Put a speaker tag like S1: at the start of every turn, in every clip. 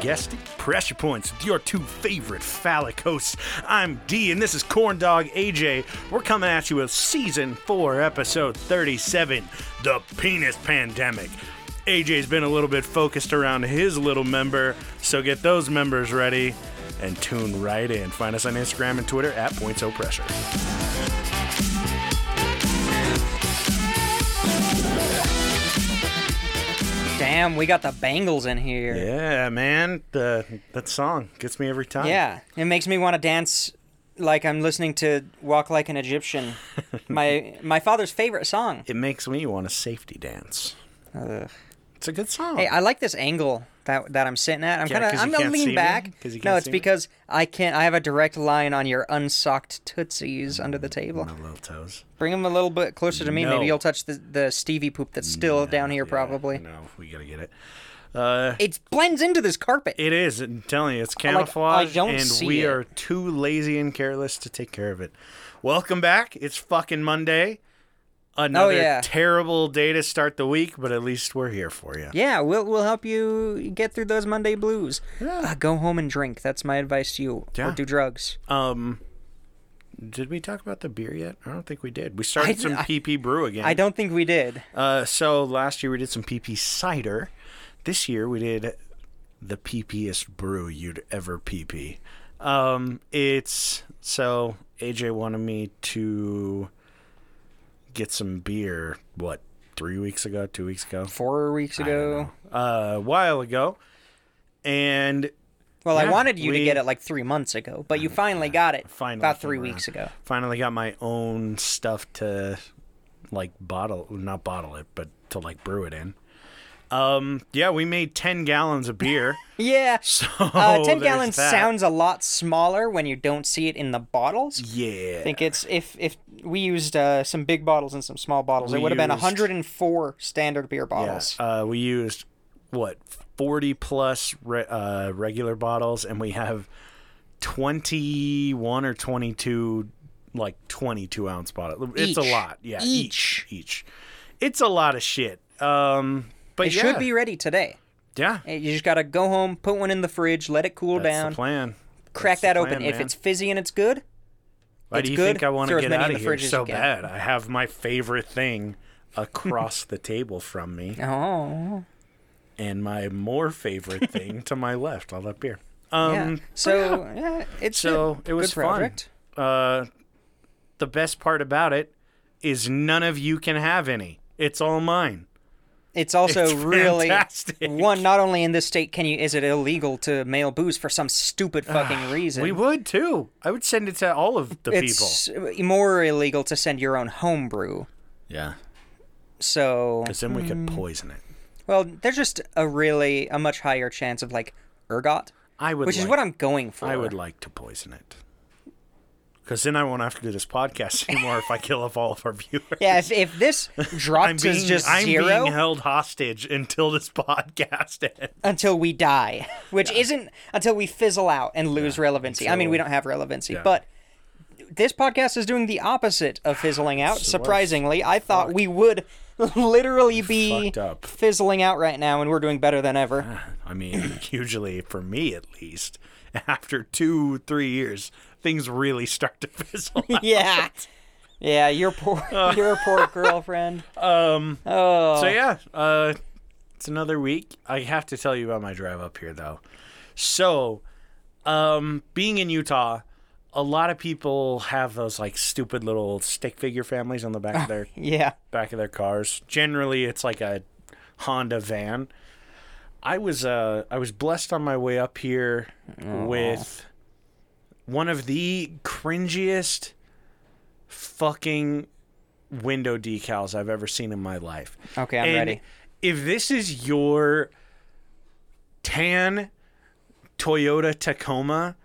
S1: guessed it, Pressure Points with your two favorite phallic hosts. I'm D, and this is Corndog AJ. We're coming at you with Season 4, Episode 37 The Penis Pandemic. AJ's been a little bit focused around his little member, so get those members ready and tune right in. Find us on Instagram and Twitter at Points O Pressure.
S2: Damn, we got the Bangles in here.
S1: Yeah, man, the, that song gets me every time.
S2: Yeah, it makes me want to dance like I'm listening to "Walk Like an Egyptian," my my father's favorite song.
S1: It makes me want a safety dance.
S2: Ugh.
S1: It's a good song.
S2: Hey, I like this angle that that I'm sitting at. I'm
S1: Yeah,
S2: kind
S1: 'cause
S2: of
S1: you
S2: I'm gonna
S1: can't see me?
S2: lean back.
S1: 'Cause you
S2: No,
S1: can't
S2: it's
S1: see me?
S2: because I can't. I have a direct line on your unsocked tootsies under the table.
S1: My little toes.
S2: Bring them a little bit closer to me.
S1: No.
S2: Maybe you'll touch the the Stevie poop that's still down here,
S1: Yeah,
S2: probably.
S1: No, we gotta get it.
S2: It blends into this carpet.
S1: It is. I'm telling you, it's camouflage,
S2: don't
S1: and
S2: see
S1: we
S2: it.
S1: are too lazy and careless to take care of it. Welcome back. It's fucking Monday. Another
S2: Oh, yeah.
S1: terrible day to start the week, but at least we're here for you.
S2: Yeah, we'll we'll help you get through those Monday blues. Uh, go home and drink. That's my advice to you.
S1: Yeah.
S2: Or do drugs.
S1: Um, did we talk about the beer yet? I don't think we did. We started
S2: I-
S1: some
S2: I-
S1: PP brew again.
S2: I don't think we did.
S1: Uh, so last year we did some PP cider. This year we did the PPiest brew you'd ever PP. Um, it's so AJ wanted me to get some beer. What three weeks ago? Two weeks ago?
S2: Four weeks ago.
S1: Uh, a while ago, and
S2: well,
S1: Yeah,
S2: I wanted you
S1: we-
S2: to get it like three months ago, but you finally got it
S1: finally
S2: about
S1: came
S2: three
S1: around.
S2: weeks ago.
S1: Finally got my own stuff to like bottle not bottle it, but to like brew it in. Um yeah, we made ten gallons of beer.
S2: Yeah.
S1: So
S2: Uh, 10
S1: there's
S2: gallons
S1: that.
S2: sounds a lot smaller when you don't see it in the bottles.
S1: yeah.
S2: I think it's if if we used uh, some big bottles and some small bottles,
S1: We
S2: it would have been
S1: used-
S2: 104 standard beer
S1: Yeah,
S2: bottles.
S1: Uh, we used what forty plus re- uh, regular bottles, and we have twenty one or twenty two, like twenty two ounce bottle. It's a
S2: Each.
S1: lot. Yeah, each each. It's a lot of shit. Um, but
S2: it
S1: yeah,
S2: should be ready today.
S1: yeah.
S2: You just gotta go home, put one in the fridge, let it cool
S1: That's
S2: down.
S1: the plan.
S2: crack
S1: That's
S2: that
S1: the
S2: open.
S1: plan,
S2: If
S1: man.
S2: it's fizzy and it's good,
S1: Why
S2: It's
S1: do you
S2: good.
S1: think I want
S2: Throw
S1: to
S2: as
S1: get
S2: many
S1: out
S2: in
S1: of
S2: the
S1: here
S2: fridge as
S1: so
S2: you can.
S1: bad? I have my favorite thing across the table from me,
S2: oh
S1: Um, and my more favorite thing to my left. All that beer. Um,
S2: yeah. so yeah, it's
S1: So
S2: good.
S1: it was
S2: good
S1: fun.
S2: project.
S1: uh, the best part about it is none of you can have any. It's all mine.
S2: It's also
S1: It's
S2: really
S1: fantastic.
S2: one. Not only in this state can you is it illegal to mail booze for some stupid fucking reason.
S1: We would too. I would send it to all of the people.
S2: it's e, more illegal to send your own homebrew.
S1: Yeah,
S2: So
S1: because then we
S2: Mm.
S1: could poison it.
S2: well, there's just a really a much higher chance of like ergot,
S1: I would.
S2: which
S1: like,
S2: is what I'm going for.
S1: I would like to poison it. Because then I won't have to do this podcast anymore if I kill off all of our viewers.
S2: Yeah, if, if this
S1: I'm
S2: drops
S1: being,
S2: is just
S1: I'm
S2: zero,
S1: being held hostage until this podcast ends.
S2: until we die, which isn't until we fizzle out and lose relevancy. I mean, we don't have relevancy, but this podcast is doing the opposite of fizzling out. Surprisingly, I thought we would literally be
S1: fucked up.
S2: fizzling out right now, and we're doing better than ever.
S1: I mean, usually for me at least, after two, three years, things really start to fizzle. out.
S2: yeah, yeah, your poor,
S1: Uh.
S2: your poor girlfriend.
S1: So yeah, uh, it's another week. I have to tell you about my drive up here though. So, um, being in Utah, a lot of people have those like stupid little stick figure families on the back of their
S2: Yeah,
S1: back of their cars. Generally, it's like a Honda van. I was uh I was blessed on my way up here with one of the cringiest fucking window decals I've ever seen in my life.
S2: okay, I'm
S1: And
S2: ready.
S1: If this is your tan Toyota Tacoma,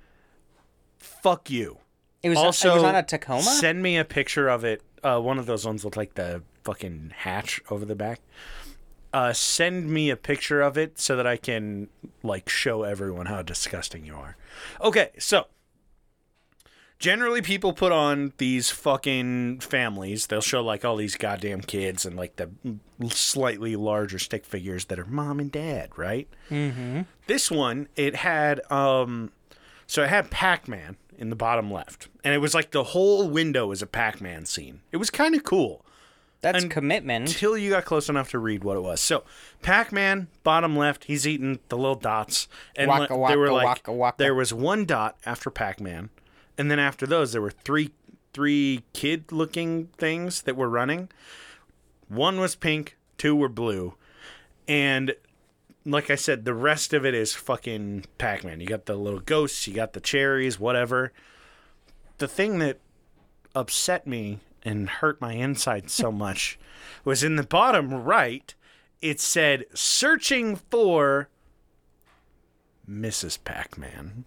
S1: fuck you.
S2: It was
S1: Also,
S2: it was on a Tacoma.
S1: Send me a picture of it. Uh, one of those ones with like the fucking hatch over the back. Uh, send me a picture of it so that I can like show everyone how disgusting you are. Okay, so generally people put on these fucking families. They'll show like all these goddamn kids and like the slightly larger stick figures that are mom and dad, right?
S2: Mm-hmm.
S1: This one, it had um so it had Pac-Man in the bottom left. And it was like the whole window was a Pac-Man scene. It was kind of cool
S2: That's
S1: And
S2: commitment.
S1: until you got close enough to read what it was. So, Pac-Man, bottom left, he's eating the little dots, and
S2: Waka,
S1: le-
S2: waka,
S1: there were like
S2: waka, waka.
S1: there was one dot after Pac-Man, and then after those there were three three kid-looking things that were running. One was pink, two were blue, and like I said, the rest of it is fucking Pac-Man. You got the little ghosts, you got the cherries, whatever. The thing that upset me and hurt my insides so much was in the bottom right, it said searching for Mrs. Pac Man.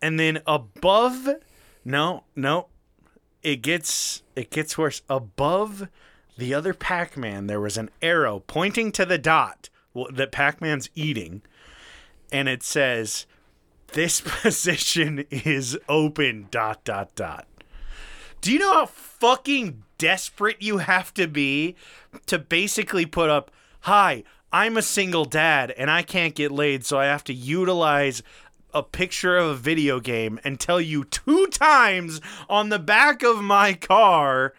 S1: And then above, no, no, it gets it gets worse. Above the other Pac Man, there was an arrow pointing to the dot w- that Pac Man's eating, and it says, "This position is open." Dot dot dot. Do you know how fucking desperate you have to be to basically put up, hi, I'm a single dad and I can't get laid, so I have to utilize a picture of a video game and tell you two times on the back of my car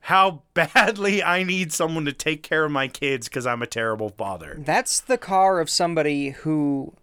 S1: how badly I need someone to take care of my kids because I'm a terrible father.
S2: That's the car of somebody who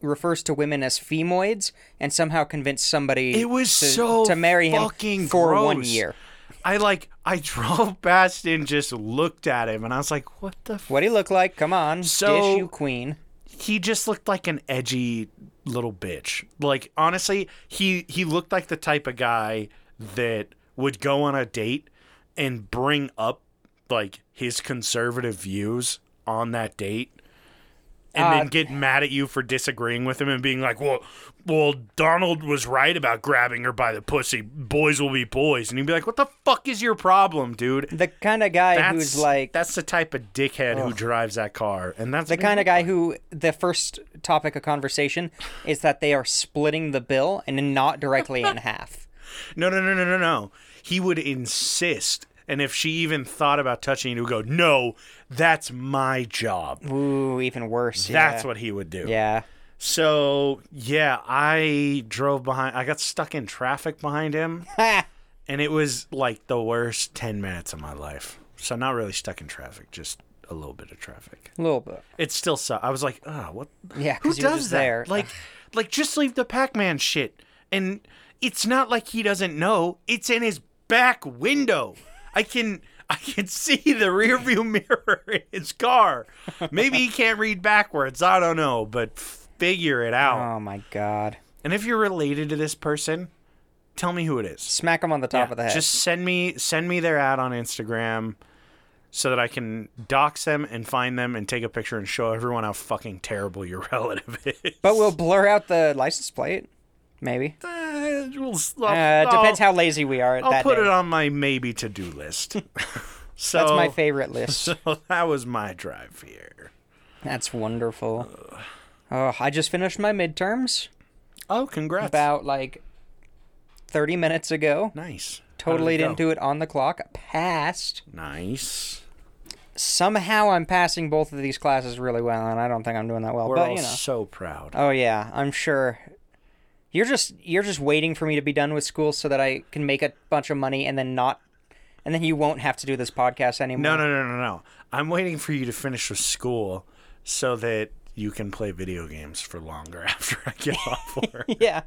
S2: refers to women as femoids and somehow convinced somebody
S1: It was
S2: to,
S1: so
S2: to marry him
S1: fucking
S2: for one
S1: gross.
S2: year.
S1: I like, I drove past and just looked at him and I was like, what the
S2: What he look like? Come on,
S1: So-
S2: dish you queen.
S1: he just looked like an edgy little bitch. Like honestly, he he looked like the type of guy that would go on a date and bring up like his conservative views on that date and then
S2: Uh,
S1: get mad at you for disagreeing with him and being like, "Well, well, Donald was right about grabbing her by the pussy. Boys will be boys." And he'd be like, "What the fuck is your problem, dude?"
S2: The kind of guy
S1: That's
S2: who's like
S1: that's the type of dickhead who drives that car. And that's
S2: the kind of guy who the first topic of conversation is that they are splitting the bill and not directly in half.
S1: No, no, no, no, no, no. He would insist. And if she even thought about touching it, he would go, No, that's my job.
S2: Ooh, even worse.
S1: That's
S2: yeah.
S1: what he would do.
S2: Yeah.
S1: So, yeah, I drove behind, I got stuck in traffic behind him.
S2: Ha!
S1: And it was like the worst 10 minutes of my life. So, not really stuck in traffic, just a little bit of traffic.
S2: A little bit.
S1: It still sucked. I was like, Oh, what?
S2: Yeah,
S1: Who
S2: 'cause you were
S1: does
S2: just
S1: that?
S2: there.
S1: Like, like just leave the Pac-Man shit. And it's not like he doesn't know. It's in his back window. I can I can see the rearview mirror in his car. Maybe he can't read backwards. I don't know, but figure it out.
S2: Oh my god.
S1: And if you're related to this person, tell me who it is.
S2: Smack him on the top of the head.
S1: Just send me send me their ad on Instagram so that I can dox them and find them and take a picture and show everyone how fucking terrible your relative is.
S2: but we'll blur out the license plate. Maybe.
S1: Uh, we'll,
S2: Uh,
S1: I'll,
S2: depends
S1: I'll,
S2: how lazy we are at
S1: I'll
S2: that
S1: put
S2: day.
S1: it Oh. on my maybe to do list. so
S2: That's my favorite list.
S1: so that was my drive here.
S2: That's wonderful. Oh, I just finished my midterms
S1: Oh, congrats!
S2: about like 30 minutes ago.
S1: nice. How did
S2: Totally
S1: it
S2: didn't
S1: go?
S2: do it on the clock. Passed.
S1: Nice.
S2: Somehow I'm passing both of these classes really well, and I don't think I'm doing that well.
S1: We're
S2: but
S1: all
S2: you know.
S1: so proud.
S2: Oh yeah, I'm sure. You're just you're just waiting for me to be done with school so that I can make a bunch of money and then not, and then you won't have to do this podcast anymore.
S1: No, no, no, no, no. I'm waiting for you to finish with school so that you can play video games for longer after I get off work.
S2: Yeah,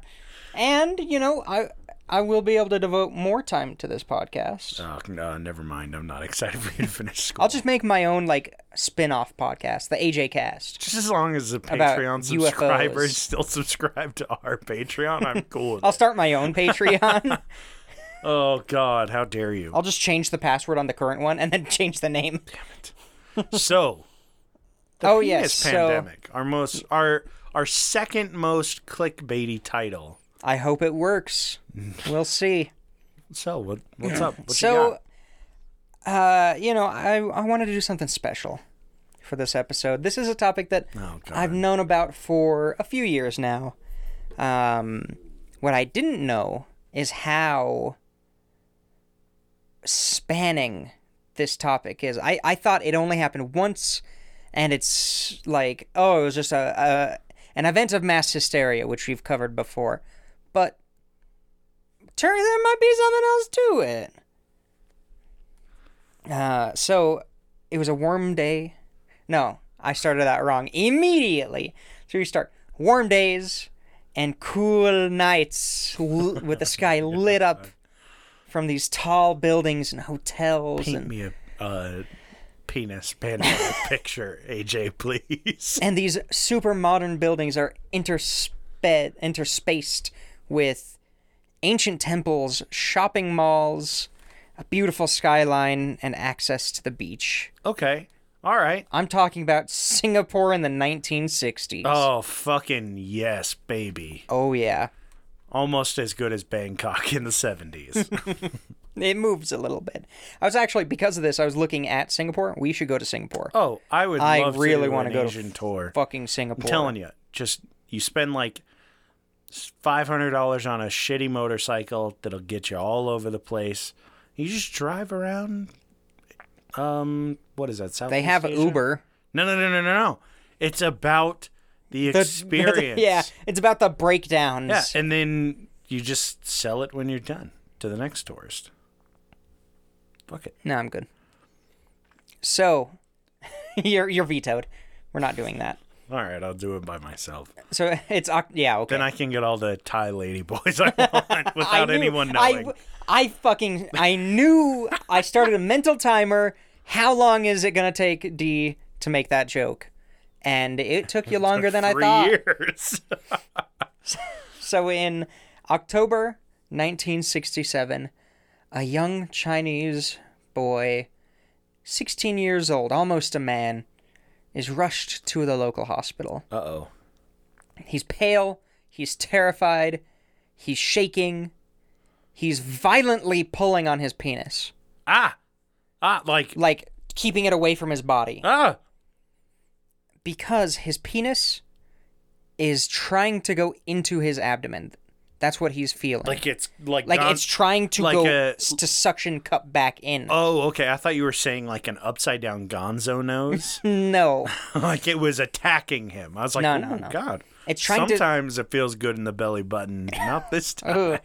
S2: and you know I I will be able to devote more time to this podcast.
S1: oh, no, never mind. I'm not excited for you to finish school.
S2: I'll just make my own like spin-off podcast, the AJ Cast.
S1: Just as long as the
S2: About
S1: Patreon
S2: UFOs.
S1: subscribers still subscribe to our Patreon, I'm cool. with
S2: I'll
S1: it.
S2: start my own Patreon.
S1: oh God, how dare you!
S2: I'll just change the password on the current one and then change the name.
S1: So, the
S2: Oh,
S1: penis
S2: yes, so-
S1: pandemic, our most our our second most clickbaity title.
S2: I hope it works. We'll see.
S1: So what what's up? What you
S2: so
S1: got?
S2: uh you know i i wanted to do something special for this episode this is a topic that
S1: Oh, God.
S2: i've known about for a few years now um What I didn't know is how spanning this topic is. I, I thought it only happened once, and it's like, oh, it was just a, a an event of mass hysteria, which we've covered before. But turn there might be something else to it. Uh, so it was a warm day. No, I started that wrong immediately. So you start warm days and cool nights l- with the sky lit up from these tall buildings and hotels
S1: Paint
S2: and
S1: me a uh, penis panorama picture, AJ, please.
S2: and these super modern buildings are intersped interspaced with ancient temples, shopping malls, a beautiful skyline and access to the beach.
S1: Okay. All right.
S2: I'm talking about Singapore in the 1960s.
S1: Oh, fucking yes, baby.
S2: Oh, yeah.
S1: Almost as good as Bangkok in the 70s.
S2: It moves a little bit. I was actually because of this I was looking at Singapore. We should go to Singapore.
S1: oh, I would
S2: I
S1: love
S2: really
S1: to do
S2: wanna
S1: an
S2: go to
S1: Asian tour.
S2: Fucking Singapore.
S1: I'm telling you, just you spend like $500 on a shitty motorcycle that'll get you all over the place. You just drive around um what is that? South
S2: they have Uber.
S1: No, no, no, no, no, no. It's about the,
S2: The-
S1: experience.
S2: yeah, it's about the breakdowns.
S1: Yeah, and then you just sell it when you're done to the next tourist. Fuck it.
S2: No, I'm good. So, you're you're vetoed. We're not doing that.
S1: All right, I'll do it by myself.
S2: So it's Oc- yeah okay.
S1: Then I can get all the Thai lady boys I want
S2: I
S1: without
S2: knew-
S1: anyone
S2: I
S1: knowing.
S2: w- I fucking I knew I started a mental timer. How long is it gonna take D to make that joke? And it took you longer than I
S1: Three
S2: thought.
S1: years.
S2: So in October 1967, a young Chinese boy, 16 years old, almost a man, is rushed to the local hospital.
S1: Uh oh.
S2: He's pale, he's terrified, he's shaking, he's violently pulling on his penis,
S1: Ah, ah, like
S2: like keeping it away from his body,
S1: ah.
S2: because his penis is trying to go into his abdomen. That's what he's feeling.
S1: Like it's like
S2: like
S1: gone-
S2: it's trying to
S1: like
S2: go
S1: a-
S2: s- to suction cup back in.
S1: Oh, okay. I thought you were saying like an upside down Gonzo nose,
S2: no,
S1: like it was attacking him. I was like,
S2: No,
S1: oh
S2: no, no.
S1: god.
S2: It's trying to-
S1: Sometimes it feels good in the belly button. Not this time.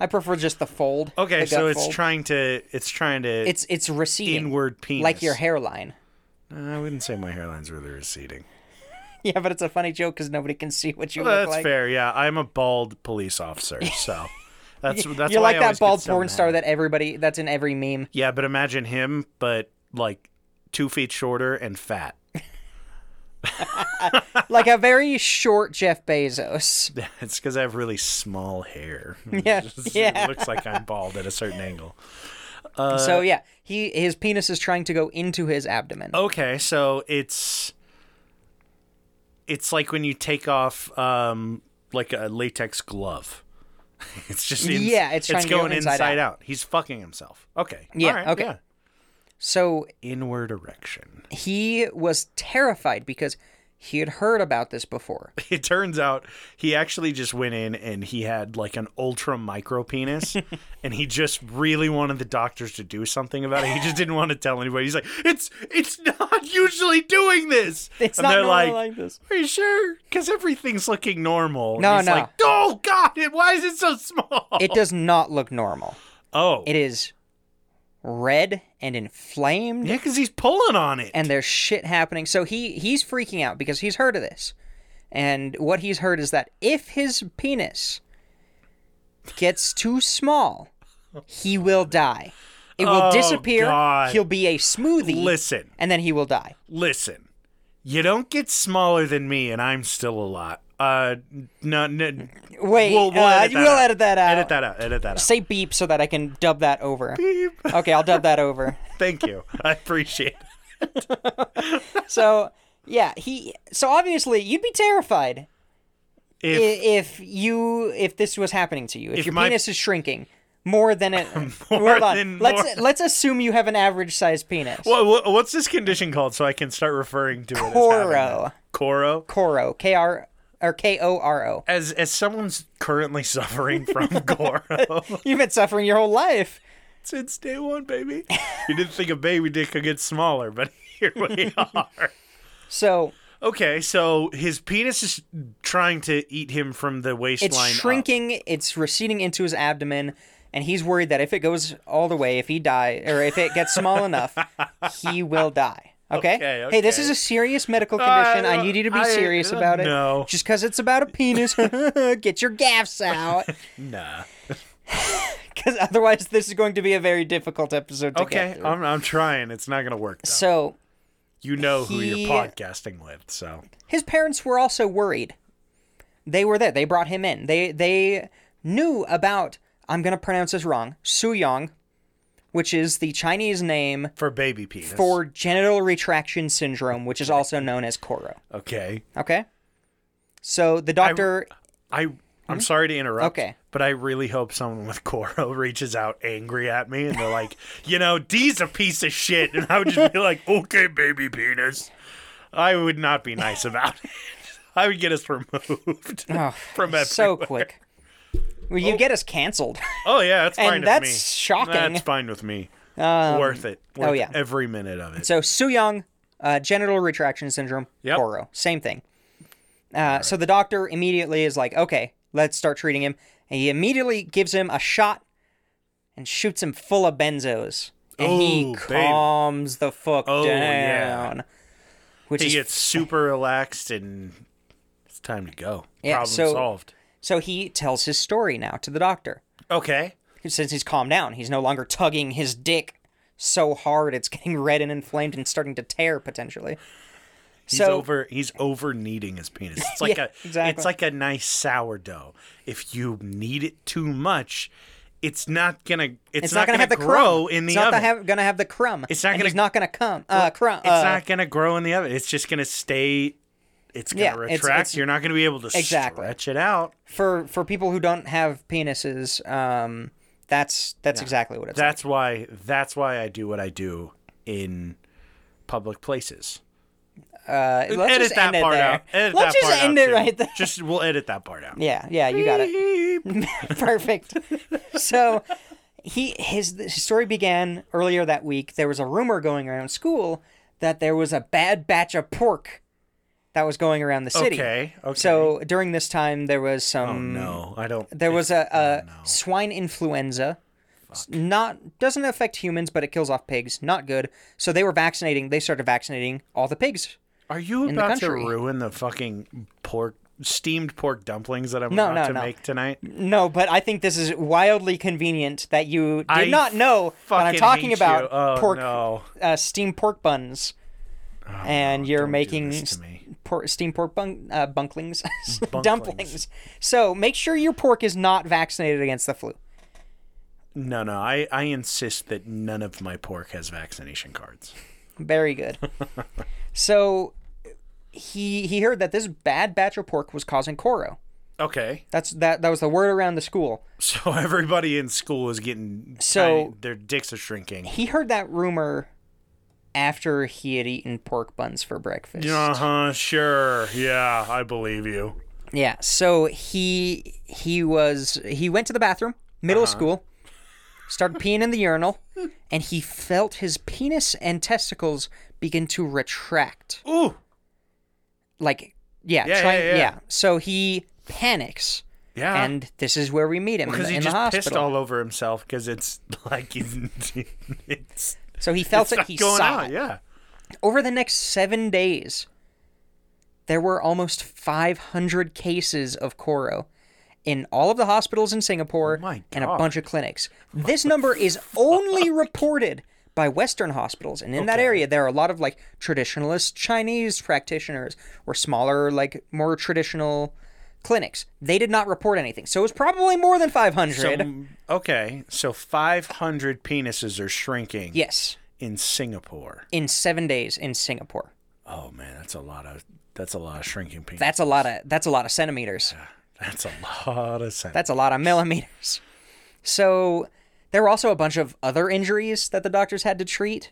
S2: I prefer just the fold.
S1: okay,
S2: the
S1: so
S2: gut
S1: it's
S2: fold.
S1: trying to. It's trying to.
S2: it's it's receding
S1: inward penis. Uh,
S2: like your hairline.
S1: I wouldn't say my hairline's really receding.
S2: Yeah, but it's a funny joke because nobody can see what you
S1: Well,
S2: look
S1: Oh, that's
S2: like.
S1: fair. Yeah, I'm a bald police officer, so that's that's.
S2: You're
S1: why I
S2: like that
S1: always get
S2: bald
S1: so
S2: porn
S1: mad.
S2: star that everybody that's in every meme.
S1: Yeah, but imagine him, but like two feet shorter and fat.
S2: like a very short Jeff Bezos.
S1: It's because I have really small hair.
S2: Yeah,
S1: It's just-
S2: yeah.
S1: It looks like I'm bald at a certain angle.
S2: so yeah, he his penis is trying to go into his abdomen.
S1: Okay, so it's it's like when you take off um like a latex glove. It's just in,
S2: Yeah, it's trying to go
S1: going
S2: inside
S1: inside out. He's fucking himself. Okay.
S2: Yeah,
S1: All right,
S2: okay.
S1: Yeah.
S2: So
S1: Inward erection.
S2: he was terrified because he had heard about this before.
S1: It turns out he actually just went in and he had like an ultra micro penis and he just really wanted the doctors to do something about it. He just didn't want to tell anybody. He's like, "It's it's not usually doing this."
S2: It's
S1: and
S2: not
S1: they're
S2: normal
S1: like,
S2: like, this.
S1: Are you sure? Because everything's looking normal.
S2: No,
S1: And he's
S2: no.
S1: Like, oh God! It, why is it so small?
S2: It does not look normal.
S1: oh,
S2: It is red and inflamed,
S1: yeah, because he's pulling on it.
S2: and there's shit happening. So he he's freaking out because he's heard of this, and what he's heard is that if his penis gets too small, he will die. It will
S1: Oh,
S2: disappear.
S1: God.
S2: He'll be a smoothie.
S1: listen,
S2: and then he will die.
S1: listen. You don't get smaller than me, and I'm still alive. Uh, no, no.
S2: Wait,
S1: We'll- we'll
S2: uh,
S1: edit
S2: you
S1: that
S2: will
S1: out.
S2: edit that out.
S1: Edit that out. Edit that out.
S2: Say beep so that I can dub that over. Beep. Okay, I'll dub that over.
S1: Thank you. I appreciate. it.
S2: So yeah, he. So obviously, you'd be terrified i-
S1: If
S2: if, you if this was happening to you. If, your
S1: my-
S2: penis is shrinking more than it.
S1: More
S2: hold on.
S1: than-
S2: let's
S1: more-
S2: let's assume you have an average sized penis.
S1: Wha- wha- what's this condition called? So I can start referring to it. as having
S2: Coro.
S1: that? Coro.
S2: Coro. K R or K O R O.
S1: As as someone's currently suffering from Goro
S2: You've been suffering your whole life.
S1: since day one, baby. You didn't think a baby dick could get smaller, but here we are.
S2: So
S1: Okay, so his penis is trying to eat him from the waistline.
S2: it's
S1: up.
S2: shrinking, it's receding into his abdomen, and he's worried that if it goes all the way, if he die or if it gets small enough, he will die. Okay?
S1: Okay,
S2: Hey, this
S1: okay.
S2: is a serious medical condition. I,
S1: don't-
S2: need you to be
S1: I-
S2: serious
S1: uh,
S2: about it.
S1: no.
S2: Just because it's about a penis, get your gaffs out.
S1: Nah.
S2: Because otherwise, this is going to be a very difficult episode to get
S1: Okay,
S2: through.
S1: I'm, I'm trying. It's not gonna work. Though.
S2: So
S1: You know who
S2: he-
S1: you're podcasting with, so
S2: his parents were also worried. They were there. They brought him in. They they knew about. I'm gonna pronounce this wrong. Suyong, which is the Chinese name
S1: for baby penis.
S2: for genital retraction syndrome, which is also known as Koro.
S1: okay.
S2: Okay. So the doctor.
S1: I I'm sorry to interrupt.
S2: Hmm? Okay.
S1: But I really hope someone with Coro reaches out angry at me and they're like, you know, D's a piece of shit, and I would just be like, okay, baby penis. I would not be nice about it. I would get us removed from everywhere.
S2: Oh, so quick. Well, you get us canceled.
S1: oh yeah, that's
S2: And
S1: fine with
S2: that's
S1: me.
S2: shocking. Um, oh,
S1: That's fine with me. Worth it. Worth
S2: yeah.
S1: every minute of it.
S2: So Suyong, uh, genital retraction syndrome,
S1: Yep.
S2: Koro, same thing. Uh, So the doctor immediately is like, "Okay, let's start treating him." And he immediately gives him a shot and shoots him full of benzos, and
S1: Ooh,
S2: he
S1: baby.
S2: calms the fuck
S1: Oh, yeah.
S2: down. Which
S1: he
S2: is
S1: gets super relaxed and it's time to go.
S2: Yeah,
S1: Problem
S2: so-
S1: solved.
S2: so he tells his story now to the doctor.
S1: Okay.
S2: Since he's calmed down, he's no longer tugging his dick so hard it's getting red and inflamed and starting to tear potentially.
S1: He's
S2: so
S1: over he's over kneading his penis. It's like
S2: Yeah,
S1: a
S2: exactly.
S1: it's like a nice sourdough. If you knead it too much, it's not gonna it's,
S2: It's
S1: not,
S2: not, gonna, have the
S1: grow
S2: crumb.
S1: in the
S2: it's not
S1: oven.
S2: the have- gonna have the crumb.
S1: It's not
S2: and
S1: gonna-
S2: He's not gonna come. Uh, crumb.
S1: it's not gonna grow in the oven. It's just gonna stay it's gonna
S2: Yeah, it's-
S1: retract.
S2: it's-
S1: You're not gonna be able to
S2: Exactly.
S1: stretch it out.
S2: for for people who don't have penises. Um, that's that's exactly what it's. like.
S1: That's why that's why I do what I do in public places.
S2: Uh, let's
S1: edit
S2: just
S1: that
S2: end it
S1: part
S2: there.
S1: out. Edit
S2: let's
S1: that
S2: just
S1: part
S2: end
S1: out
S2: it
S1: too.
S2: right there.
S1: Just we'll edit that part out.
S2: Yeah, yeah, you got it.
S1: Beep.
S2: Perfect. so he his, his story began earlier that week. There was a rumor going around school that there was a bad batch of pork that was going around the city.
S1: Okay, okay. Oh,
S2: So during this time, there was some.
S1: No, I don't.
S2: There was a, a swine influenza. S- Not doesn't affect humans, but it kills off pigs. Not good. So they were vaccinating. They started vaccinating all the pigs.
S1: Are you
S2: the
S1: about to
S2: country.
S1: ruin the fucking pork steamed pork dumplings that I'm
S2: No,
S1: about
S2: no,
S1: to
S2: no.
S1: make tonight?
S2: No, but I think this is wildly convenient that you did
S1: I
S2: not know that I'm
S1: fucking
S2: talking
S1: hate
S2: about
S1: you. Oh,
S2: pork,
S1: no. Oh,
S2: uh, steamed pork buns, and you're
S1: do
S2: making
S1: this to
S2: s-
S1: me.
S2: por- steamed pork bun- uh, bunklings, dumplings. So make sure your pork is not vaccinated against the flu.
S1: No, no. I I insist that none of my pork has vaccination cards.
S2: Very good. so he he heard that this bad batch of pork was causing Koro.
S1: Okay,
S2: That's that that was the word around the school.
S1: so everybody in school is getting
S2: So-
S1: tiny- their dicks are shrinking.
S2: He heard that rumor after he had eaten pork buns for breakfast.
S1: Uh huh. Sure. Yeah, I believe you.
S2: Yeah, so he he was he went to the bathroom, middle
S1: Uh-huh.
S2: of school, started peeing in the urinal, and he felt his penis and testicles begin to retract.
S1: Ooh.
S2: like yeah
S1: Yeah,
S2: try-
S1: yeah, yeah.
S2: so he panics
S1: Yeah.
S2: and this is where we meet him in,
S1: Uh. because
S2: the-
S1: he
S2: in
S1: just
S2: the
S1: pissed
S2: hospital
S1: all over himself because it's like it's,
S2: so he felt
S1: it's
S2: it
S1: not
S2: he
S1: going
S2: saw
S1: out.
S2: it.
S1: Yeah.
S2: over the next seven days there were almost 500 cases of coro in all of the hospitals in singapore
S1: Oh my
S2: and a
S1: God.
S2: bunch of clinics this number is only reported by western hospitals and in that area there are a lot of like traditionalist chinese practitioners or smaller like more traditional clinics they did not report anything so it was probably more than 500
S1: So, okay, so 500 penises are shrinking
S2: yes
S1: in Singapore.
S2: in seven days in singapore
S1: Oh man, that's a lot of that's a lot of shrinking penis.
S2: that's a lot of that's a lot of centimeters
S1: that's a lot of sense.
S2: That's a lot of millimeters. So there were also a bunch of other injuries that the doctors had to treat.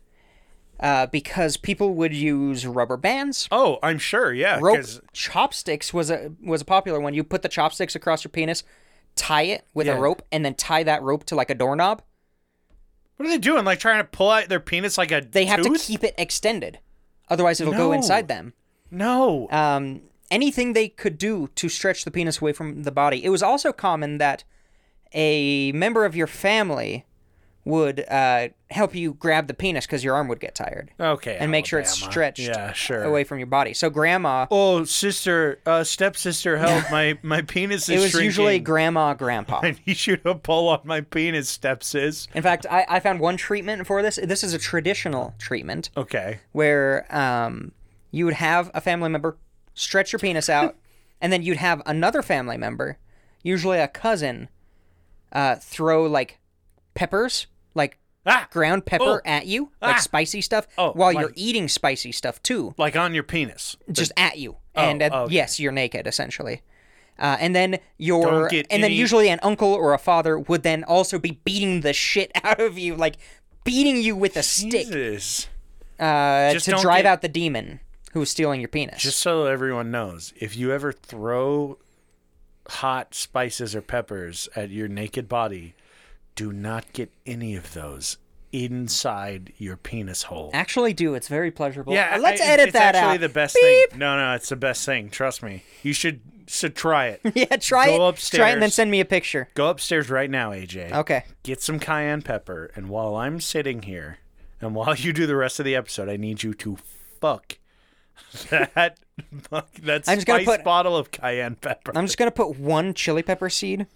S2: uh, because people would use rubber bands.
S1: Oh, I'm sure. Yeah.
S2: Rope
S1: 'cause-
S2: chopsticks was a was a popular one. You put the chopsticks across your penis, tie it with
S1: Yeah.
S2: a rope, and then tie that rope to like a doorknob.
S1: What are they doing? Like trying to pull out their penis like a
S2: They have
S1: tooth?
S2: to keep it extended, otherwise it'll
S1: No.
S2: go inside them.
S1: No.
S2: um, anything they could do to stretch the penis away from the body. It was also common that a member of your family would uh, help you grab the penis because your arm would get tired.
S1: okay.
S2: And make sure it's
S1: Alabama.
S2: stretched Oh,
S1: Yeah, sure.
S2: away from your body. So grandma,
S1: Oh, sister, uh, stepsister, help! My my penis is
S2: it was
S1: shrinking.
S2: usually grandma, grandpa.
S1: I need you to pull on my penis, stepsis.
S2: In fact, I, I found one treatment for this. This is a traditional treatment
S1: Okay.
S2: where um, you would have a family member stretch your penis out, and then you'd have another family member, usually a cousin, uh, throw like peppers, like
S1: Ah,
S2: ground pepper
S1: Oh.
S2: at you, like
S1: Ah.
S2: spicy stuff,
S1: Oh,
S2: while
S1: like-
S2: you're eating spicy stuff too,
S1: like on your penis.
S2: just at you. And at,
S1: oh, okay.
S2: yes, you're naked essentially. Uh, and then your
S1: Don't get
S2: and then
S1: any-
S2: usually an uncle or a father would then also be beating the shit out of you, like beating you with a stick
S1: Jesus.
S2: uh,
S1: Just
S2: to
S1: don't
S2: drive
S1: get-
S2: out the demon who was stealing your penis.
S1: Just so everyone knows, if you ever throw hot spices or peppers at your naked body, do not get any of those inside your penis hole.
S2: Actually, do it's very pleasurable.
S1: Yeah,
S2: Uh, let's
S1: I-
S2: edit
S1: it's
S2: that
S1: actually
S2: out.
S1: the best thing. No, no, it's the best thing. Trust me. You should should try it.
S2: Yeah, try
S1: Go
S2: it. Try it and then
S1: upstairs.
S2: send me a picture.
S1: Go upstairs right now, AJ.
S2: Okay.
S1: Get some cayenne pepper, and while I'm sitting here, and while you do the rest of the episode, I need you to fuck that fuck that
S2: I'm just gonna
S1: spice
S2: put-
S1: bottle of cayenne pepper.
S2: I'm just gonna put one chili pepper seed,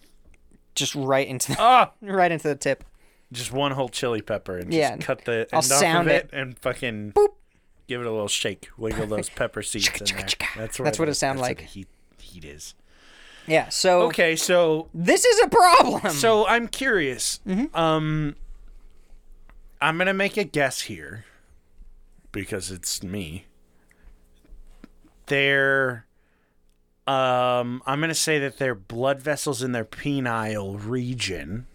S2: just right into the,
S1: Ah!
S2: right into the tip.
S1: just one whole chili pepper and
S2: Yeah.
S1: just cut the end
S2: I'll
S1: off
S2: sound
S1: of it,
S2: it.
S1: and fucking
S2: Boop.
S1: give it a little shake. Wiggle those pepper seeds in there. That's, where
S2: That's what it sound
S1: that's where
S2: like. Oh.
S1: the heat, heat is.
S2: Yeah. So
S1: Okay, so
S2: this is a problem.
S1: so I'm curious. Um, I'm gonna make a guess here because it's me. Their, um, I'm gonna say that their blood vessels in their penile region.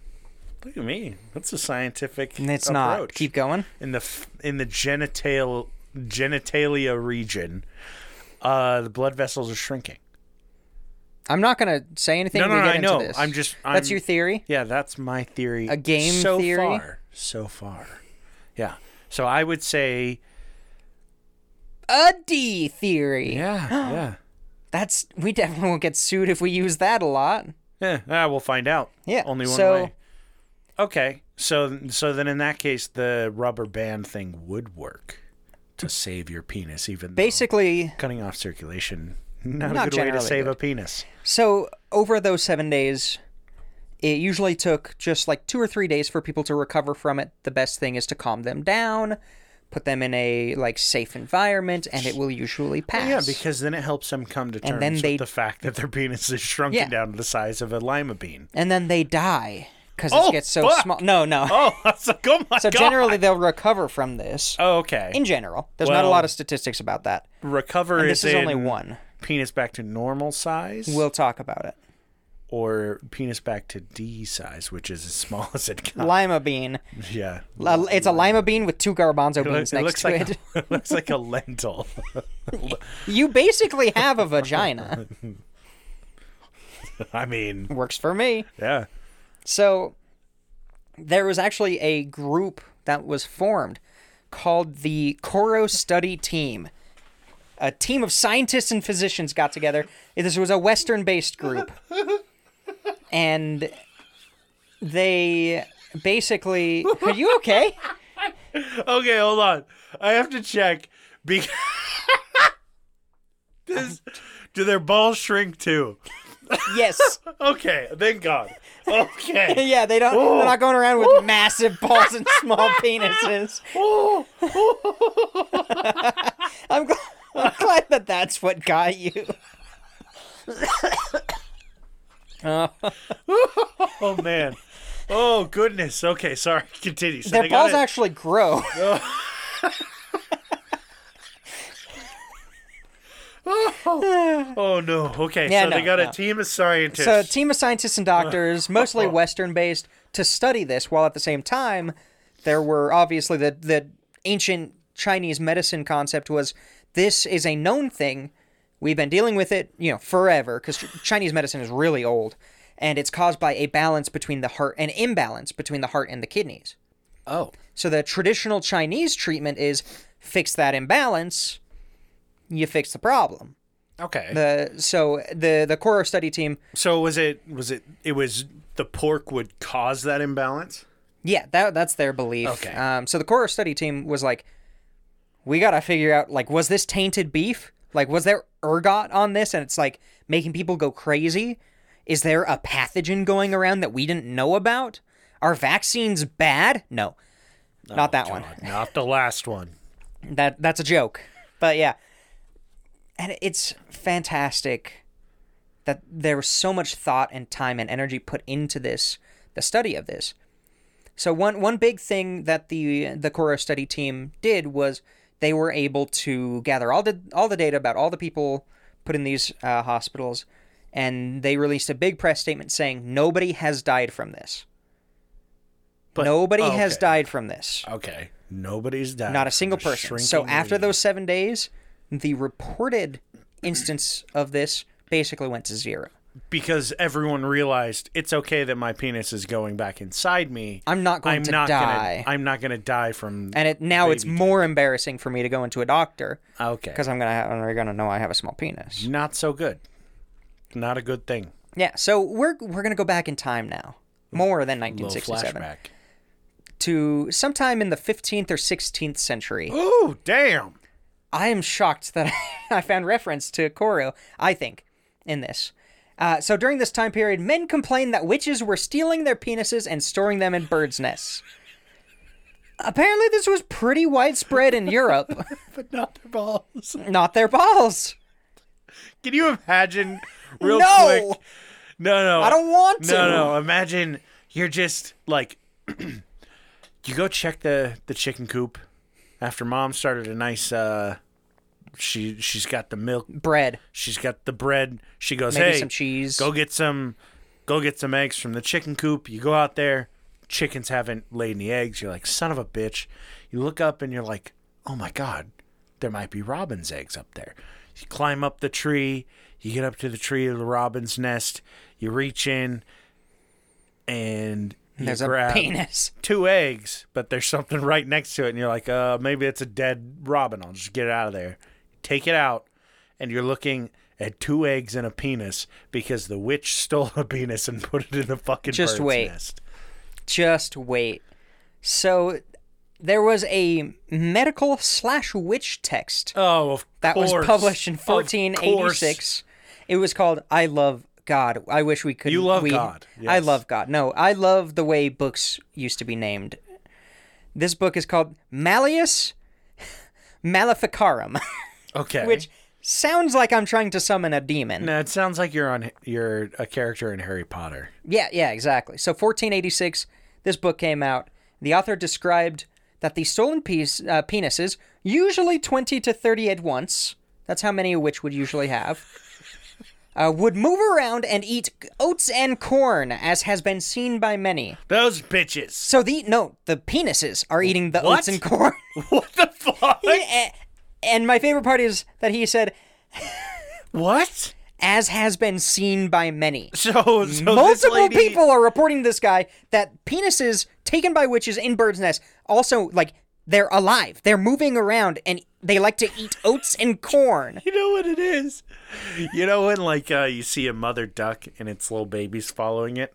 S1: Look at me. That's a scientific.
S2: it's
S1: approach.
S2: not. Keep going.
S1: in the f- in the genital genitalia region. Uh, the blood vessels are shrinking.
S2: I'm not gonna say anything.
S1: No,
S2: when
S1: no,
S2: we
S1: no, I
S2: get into
S1: know.
S2: This.
S1: I'm just-
S2: That's
S1: I'm-
S2: your theory.
S1: Yeah, that's my theory.
S2: A game
S1: so
S2: theory?
S1: far, so far. Yeah. So I would say,
S2: A D theory.
S1: yeah, yeah,
S2: That's we definitely won't get sued if we use that a lot.
S1: yeah. Ah, we'll find out.
S2: Yeah,
S1: Only one
S2: so-
S1: way. Okay. So so then in that case, the rubber band thing would work to save your penis, even though
S2: Basically,
S1: cutting off circulation. Not,
S2: Not
S1: a good way to
S2: generally
S1: save
S2: good.
S1: a penis.
S2: So over those seven days, it usually took just like two or three days for people to recover from it. The best thing is to calm them down, put them in a like safe environment, and it will usually pass.
S1: Oh, Yeah, because then it helps them come to terms
S2: then they-
S1: with the fact that their penis is shrunken
S2: Yeah.
S1: down to the size of a lima bean.
S2: and then they die because
S1: Oh,
S2: it gets so
S1: fuck!
S2: small. No, no.
S1: Oh, that's like, oh my
S2: so
S1: god.
S2: generally they'll recover from this.
S1: oh, okay.
S2: in general, there's not a
S1: Well-
S2: lot of statistics about that.
S1: Recover
S2: This is
S1: in
S2: only one.
S1: penis back to normal size
S2: We'll talk about it.
S1: or penis back to D size, which is as small as it can.
S2: Lima bean.
S1: Yeah.
S2: Uh, it's a lima bean with two garbanzo
S1: It looks,
S2: beans
S1: it
S2: next
S1: looks
S2: to
S1: like
S2: it.
S1: it looks like a lentil.
S2: You basically have a vagina.
S1: I mean,
S2: Works for me.
S1: yeah.
S2: So there was actually a group that was formed called the Coro Study Team. A team of scientists and physicians got together. This was a Western based group. And they basically. Are you okay?
S1: Okay, hold on. I have to check because Does- do their balls shrink too?
S2: Yes.
S1: Okay, thank God. Okay.
S2: Yeah, they don't. They're not going around with massive balls and small penises.
S1: Oh,
S2: I'm, gl- I'm glad that that's what got you.
S1: oh, man. Oh goodness. Okay, sorry. Continue. So
S2: Their
S1: they got
S2: balls
S1: it-
S2: actually grow.
S1: Oh no. Okay,
S2: Yeah,
S1: so they
S2: no,
S1: got
S2: no.
S1: a team of scientists.
S2: So, a team of scientists and doctors, mostly
S1: Oh.
S2: Western based, to study this, while at the same time, there were obviously the, the ancient Chinese medicine concept was this is a known thing. We've been dealing with it, you know, forever because Chinese medicine is really old, and it's caused by a balance between the heart, an imbalance between the heart and the kidneys.
S3: Oh.
S2: So the traditional Chinese treatment is fix that imbalance, you fix the problem.
S3: Okay.
S2: The so the the Coro study team,
S1: So was it was it it was the pork would cause that imbalance?
S2: yeah, that that's their belief.
S3: Okay.
S2: Um, so the Coro study team was like, we gotta figure out like was this tainted beef? Like was there ergot on this? And it's like making people go crazy. Is there a pathogen going around that we didn't know about? Are vaccines bad? No, not that one.
S3: God, not the last one.
S2: That that's a joke. But yeah. And it's fantastic that there was so much thought and time and energy put into this, the study of this. So one one big thing that the the Coro study team did was they were able to gather all the all the data about all the people put in these uh, hospitals, and they released a big press statement saying nobody has died from this.
S1: But-
S2: nobody
S1: oh,
S2: has
S1: okay.
S2: died from this.
S3: Okay.
S1: Nobody's died.
S2: Not a single
S1: from
S2: person. So
S1: shrinking
S2: after
S1: reed.
S2: those seven days, the reported instance of this basically went to zero.
S1: because everyone realized it's okay that my penis is going back inside me.
S2: I'm not going
S1: I'm
S2: to
S1: not
S2: die.
S1: Gonna, I'm not going to die from.
S2: And it now it's
S1: Baby
S2: more embarrassing for me to go into a doctor
S1: okay,
S2: because I'm gonna have, they're gonna know I have a small penis.
S1: not so good. Not a good thing.
S2: Yeah. So we're we're gonna go back in time now, more than
S3: Little
S2: 1967
S3: flashback.
S2: to sometime in the 15th or 16th century.
S1: Ooh, damn.
S2: I am shocked that I found reference to Koro, I think, in this. Uh, so during this time period, men complained that witches were stealing their penises and storing them in birds' nests. Apparently, this was pretty widespread in Europe,
S1: But not their balls.
S2: not their balls.
S1: Can you imagine? Real
S2: No!
S1: quick. No, no.
S2: I don't want to.
S1: No, no. Imagine you're just like, you go check the the chicken coop after mom started a nice. uh She she's got the milk.
S2: Bread,
S1: She's got the bread. She goes,
S2: maybe
S1: hey,
S2: some cheese.
S1: go get some go get some eggs from the chicken coop you go out there chickens haven't laid any eggs you're like son of a bitch you look up and you're like oh my god there might be robin's eggs up there you climb up the tree you get up to the tree of the robin's nest you reach in and you
S2: There's
S1: grab
S2: a penis.
S1: two eggs but there's something right next to it and you're like uh maybe it's a dead robin i'll just get it out of there take it out and you're looking at two eggs and a penis because the witch stole a penis and put it in the fucking
S2: Just
S1: bird's
S2: wait.
S1: nest.
S2: Just wait. So there was a medical slash witch text
S1: Oh, of
S2: that
S1: course.
S2: was published in
S1: Of course.
S2: 1486. It was called "I Love God." I wish we could.
S1: You love
S2: we,
S1: God,
S2: I
S1: yes.
S2: love God. No, I love the way books used to be named. This book is called Malleus Maleficarum,
S1: Okay.
S2: which sounds like I'm trying to summon a demon.
S1: now it sounds like you're on you're a character in Harry Potter.
S2: Yeah, yeah, exactly. So 1486, this book came out. The author described that the stolen piece, uh, penises, usually 20 to 30 at once, that's how many a witch would usually have, uh, would move around and eat oats and corn, as has been seen by many.
S1: Those bitches.
S2: So the, no, the penises are eating the
S1: What?
S2: oats and corn.
S1: What the fuck?
S2: A- and my favorite part is that he said,
S1: what?
S2: as has been seen by many.
S1: So, so Oh, this
S2: Multiple
S1: lady-
S2: people are reporting to this guy that penises taken by witches in birds' nests also like they're alive. They're moving around and they like to eat oats and corn.
S1: You know what it is? You know when like uh, you see a mother duck and its little babies following it?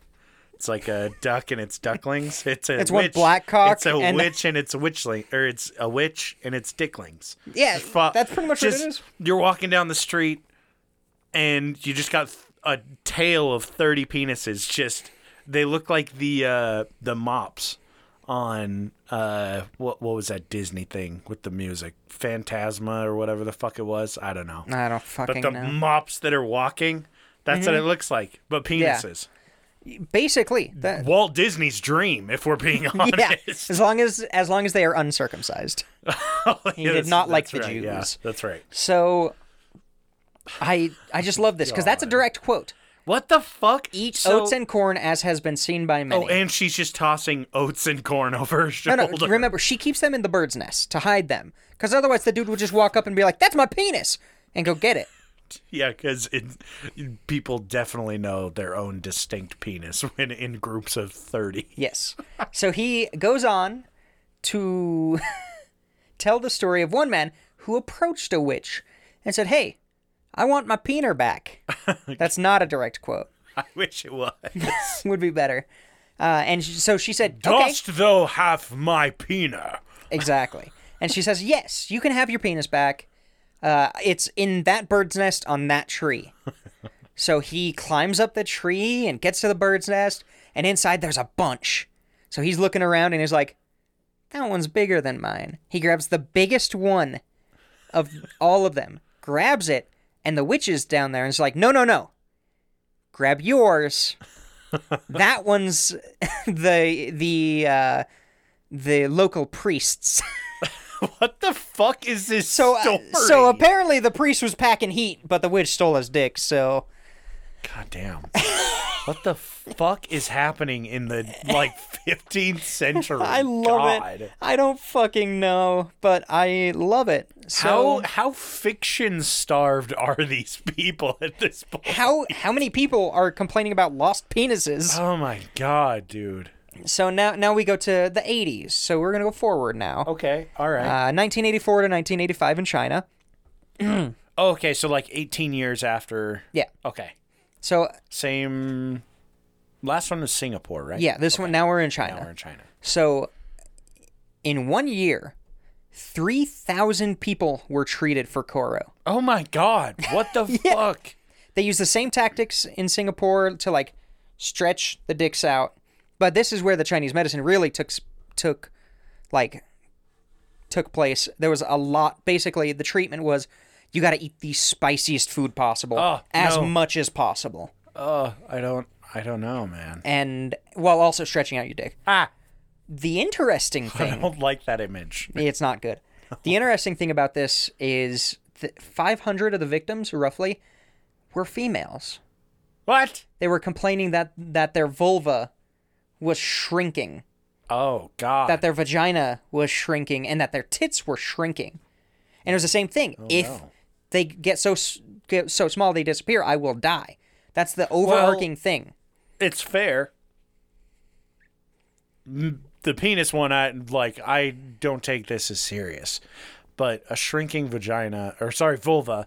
S1: It's like a duck and its ducklings. It's a
S2: It's one
S1: witch.
S2: black cock
S1: It's a
S2: and-
S1: witch and it's witchling or it's a witch and it's dicklings.
S2: Yeah,
S1: Just fo-
S2: that's pretty much what it
S1: just-
S2: is.
S1: You're walking down the street and you just got th- a tail of 30 penises just they look like the uh the mops on uh what what was that Disney thing with the music? Phantasma or whatever the fuck it was. I don't know
S2: I don't fucking
S1: but the
S2: know.
S1: mops that are walking that's what
S2: Mm-hmm.
S1: it looks like but penises
S2: Basically, that,
S1: walt disney's dream if we're being honest
S2: yeah. As long as as long as they are uncircumcised.
S1: he
S2: did not like the
S1: yeah,
S2: Jews.
S1: that's right
S2: So I I just love this because that's a direct quote.
S3: What the fuck? Eat
S2: oats and corn, as has been seen by many.
S1: Oh, and she's just tossing oats and corn over her
S2: no,
S1: shoulder.
S2: no. Remember, she keeps them in the bird's nest to hide them, because otherwise the dude will just walk up and be like, "That's my penis," and go get it.
S1: Yeah, because people definitely know their own distinct penis when in groups of 30.
S2: Yes. So he goes on to tell the story of one man who approached a witch and said, "Hey, I want my peener back." That's not a direct quote.
S1: I wish it was.
S2: Would be better. Uh, and sh- so she said, "Okay."
S1: Dost thou have my peener?
S2: Exactly. And she says, "Yes, you can have your penis back. Uh, it's in that bird's nest on that tree." So he climbs up the tree and gets to the bird's nest, and inside there's a bunch. So he's looking around and he's like, "That one's bigger than mine." He grabs the biggest one of all of them, grabs it, and the witch is down there and is like, "No, no, no. Grab yours. that one's the the uh, the local priest's."
S1: What the fuck is this
S2: So, uh,
S1: story?
S2: so apparently the priest was packing heat, but the witch stole his dick. So
S1: God damn. what the fuck is happening in the like 15th century?
S2: I love
S1: God.
S2: it. I don't fucking know, but I love it.
S1: How
S2: So
S1: how fiction starved are these people at this point?
S2: how how many people are complaining about lost penises?
S1: Oh my god, dude.
S2: So now now we go to the 80s. So we're gonna go forward now.
S3: Okay, all right.
S2: Uh, 1984 to 1985 in China.
S3: okay, so like 18 years after.
S2: Yeah.
S3: Okay.
S2: So
S3: Same. Last one was Singapore, right?
S2: yeah, this one now we're in China.
S3: Now we're in China.
S2: So, in one year, three thousand people were treated for Koro.
S3: Oh my god! What the fuck?
S2: They use the same tactics in Singapore to like stretch the dicks out, but this is where the Chinese medicine really took s- took like took place. There was a lot. Basically, the treatment was you got to eat the spiciest food possible
S3: Oh,
S2: as
S3: no.
S2: much as possible,
S3: Oh, I don't. I don't know, man.
S2: and while also stretching out your dick.
S3: Ah,
S2: The interesting
S3: I
S2: thing
S3: don't like that image.
S2: It's not good. The interesting thing about this is th- 500 of the victims, roughly, were females.
S3: What?
S2: They were complaining that that their vulva was shrinking,
S3: Oh god.
S2: that their vagina was shrinking, and that their tits were shrinking. And it was the same thing.
S1: Oh,
S2: if they get so s- get so small they disappear, I will die. That's the overarching thing.
S1: It's fair. M- The penis one I like I don't take this as serious. But a shrinking vagina or sorry, vulva,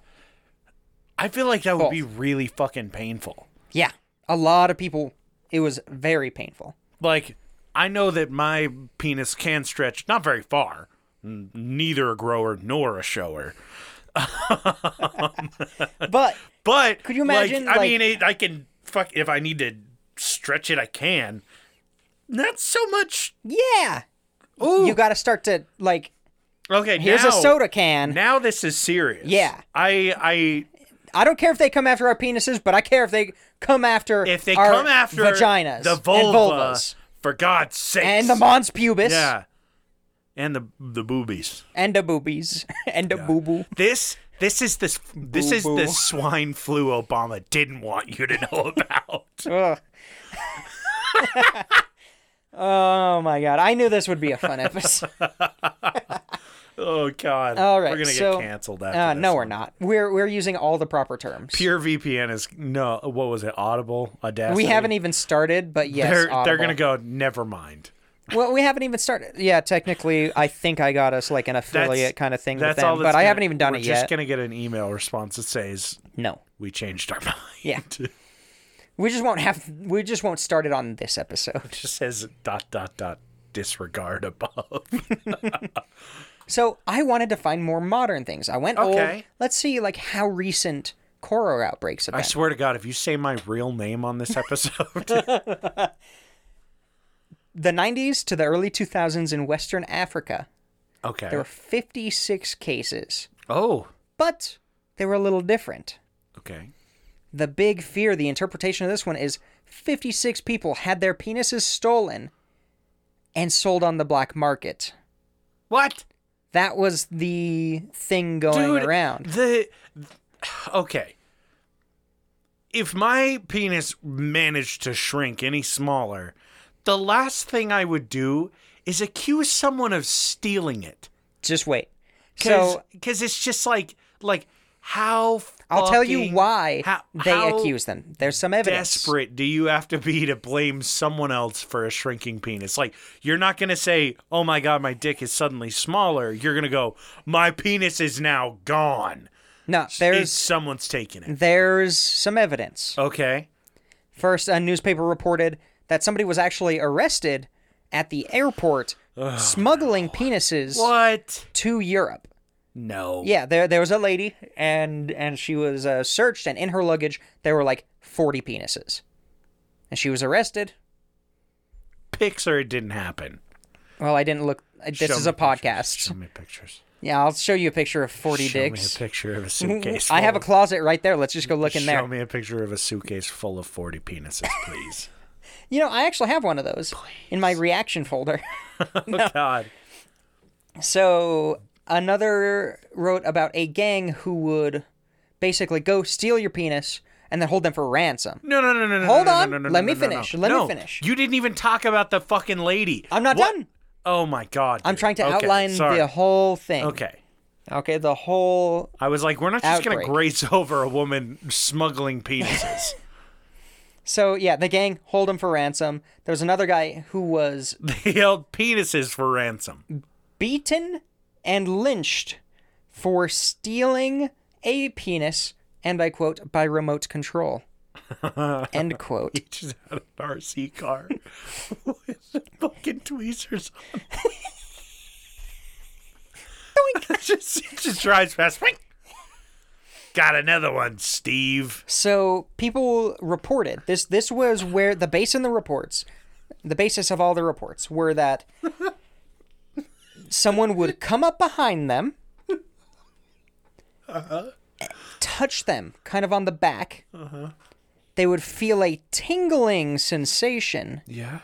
S1: I feel like that would be really fucking painful.
S2: Yeah, a lot of people. It was very painful.
S1: like I know that my penis can stretch not very far. N- Neither a grower nor a shower,
S2: But
S1: but
S2: Could you
S1: like,
S2: imagine,
S1: I
S2: like-
S1: mean, it, I can fuck if I need to stretch it, I can. Not so much.
S2: yeah, you got to start to like.
S1: Okay,
S2: Here's
S1: now,
S2: a soda can.
S1: Now this is serious.
S2: Yeah.
S1: I, I,
S2: I don't care if they come after our penises, but I care if they come after
S1: if they
S2: our
S1: come after
S2: vaginas,
S1: the
S2: and
S1: vulva,
S2: vulvas,
S1: for God's sake,
S2: and the mons pubis,
S1: yeah, and the the boobies.
S2: and the boobies, and the boo boo.
S1: This this is this this is
S2: Boo-boo.
S1: the swine flu Obama didn't want you to know about.
S2: Ugh. oh my god! I knew this would be a fun episode.
S1: oh God!
S2: All right,
S1: we're gonna
S2: so-
S1: get canceled after
S2: uh,
S1: this.
S2: no, we're not. We're we're using all the proper terms.
S1: Pure VPN is no. What was it? Audible, Audacity.
S2: we haven't even started, but yes,
S1: They're they're
S2: Audible.
S1: gonna go. Never mind.
S2: Well, we haven't even started. Yeah, technically, I think I got us like an affiliate kind of thing
S1: That's
S2: with them,
S1: all.
S2: but
S1: that's
S2: I
S1: gonna-
S2: haven't even done
S1: we're
S2: it
S1: Just
S2: yet.
S1: gonna get an email response that says
S2: No,
S1: we changed our mind.
S2: Yeah.
S1: it
S2: we just won't have. We just won't start it on this episode.
S1: just says dot dot dot disregard above.
S2: So I wanted to find more modern things. I went old.
S1: Okay.
S2: Let's see, like how recent Koro outbreaks have
S1: I
S2: been.
S1: swear to God, if you say my real name on this episode,
S2: the 90s to the early 2000s in Western Africa,
S1: okay.
S2: there were 56 cases,
S1: oh,
S2: but they were a little different.
S1: okay.
S2: The big fear, the interpretation of this one is 56 people had their penises stolen and sold on the black market.
S1: What?
S2: That was the thing going
S1: Dude,
S2: around.
S1: The okay. if my penis managed to shrink any smaller, the last thing I would do is accuse someone of stealing it.
S2: Just wait.
S1: Cause,
S2: So
S1: 'cause it's just like like how
S2: I'll tell you
S1: fucking-
S2: why
S1: how-
S2: they
S1: how
S2: accuse them. There's some evidence.
S1: Desperate do you have to be to blame someone else for a shrinking penis? Like you're not gonna say, "Oh my god, my dick is suddenly smaller." You're gonna go, "My penis is now gone."
S2: No,
S1: It's
S2: there's
S1: someone's taking it.
S2: there's some evidence.
S1: Okay.
S2: First, a newspaper reported that somebody was actually arrested at the airport smuggling penises
S1: What?
S2: to Europe.
S1: No.
S2: Yeah, there there was a lady and and she was uh, searched and in her luggage there were like 40 penises. And she was arrested.
S1: Pics or it didn't happen.
S2: Well, I didn't look uh, this
S1: Show
S2: is
S1: me
S2: a podcast.
S1: Show me pictures.
S2: Yeah, I'll show you a picture of 40
S1: Show
S2: dicks.
S1: me a picture of a suitcase.
S2: I have
S1: full
S2: a closet right there. Let's just go look in
S1: Show
S2: there.
S1: me a picture of a suitcase full of 40 penises, please.
S2: You know, I actually have one of those in my reaction folder.
S1: Oh, God.
S2: So another wrote about a gang who would basically go steal your penis and then hold them for ransom.
S1: No, no, no, no, no.
S2: Hold
S1: no, no,
S2: on.
S1: No, no,
S2: Let
S1: no,
S2: me
S1: no, no,
S2: finish.
S1: No.
S2: Let me
S1: No,
S2: finish.
S1: You didn't even talk about the fucking lady.
S2: I'm not
S1: What-
S2: done.
S1: Oh, my God.
S2: I'm
S1: dude.
S2: trying to
S1: Okay,
S2: outline
S1: sorry.
S2: the whole thing.
S1: Okay.
S2: Okay, the whole
S1: I was like, we're not just going to
S2: Outbreak.
S1: graze over a woman smuggling penises.
S2: So yeah, the gang hold him for ransom. There was another guy who was
S1: they held penises for ransom.
S2: beaten and lynched for stealing a penis and I quote by remote control. End quote.
S1: Just out of an RC car with the fucking tweezers on. just, it just drives past. Wink. Got another one, Steve.
S2: So people reported this. This was where the base in the reports, the basis of all the reports were that someone would come up behind them, touch them kind of on the back. They would feel a tingling sensation,
S1: Yeah.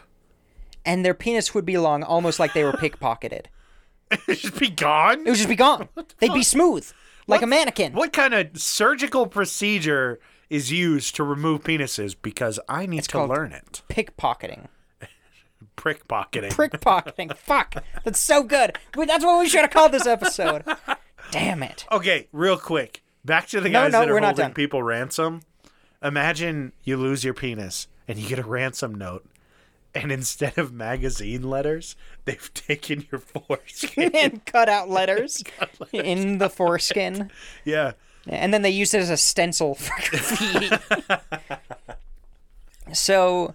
S2: and their penis would be long, almost like they were pickpocketed.
S1: just be gone?
S2: It would just be gone. They'd be smooth, like a mannequin.
S1: What kind of surgical procedure is used to remove penises? Because I need to
S2: called-
S1: learn it.
S2: Pickpocketing.
S1: Prick pocketing.
S2: prick pocketing. Fuck. That's so good. We- That's what we should have called this episode. Damn it.
S1: Okay, real quick. Back to the
S2: No,
S1: guys
S2: no,
S1: that are
S2: we're not
S1: holding
S2: done.
S1: people ransom. Imagine you lose your penis and you get a ransom note. And instead of magazine letters, they've taken your foreskin.
S2: And cut out letters in the foreskin.
S1: yeah.
S2: And then they used it as a stencil for graffiti. so,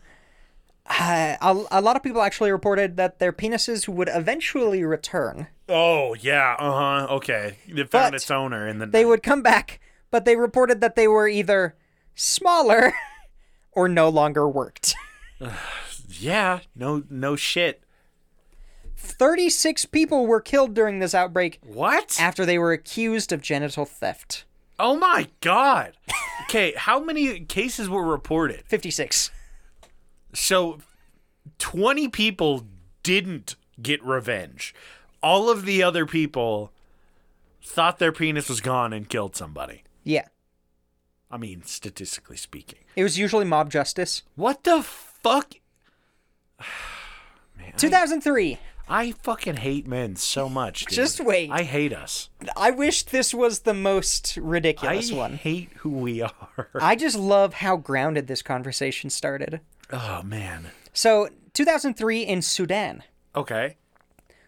S2: uh, a, a lot of people actually reported that their penises would eventually return.
S1: Oh, yeah. Uh huh. Okay. It found
S2: But
S1: its owner and then
S2: They would come back, but they reported that they were either smaller or no longer worked.
S1: Yeah. No, no shit.
S2: 36 people were killed during this outbreak
S1: What?
S2: after they were accused of genital theft.
S1: Oh my god. Okay, how many cases were reported?
S2: 56.
S1: So 20 people didn't get revenge. All of the other people thought their penis was gone and killed somebody.
S2: Yeah.
S1: I mean, statistically speaking.
S2: It was usually mob justice.
S1: What the fuck?
S2: 2003.
S1: I fucking hate men so much. dude.
S2: Just wait.
S1: I hate us.
S2: I wish this was the most ridiculous
S1: I
S2: one.
S1: hate who we are.
S2: I just love how grounded this conversation started.
S1: Oh man.
S2: So, 2003 in Sudan,
S1: Okay.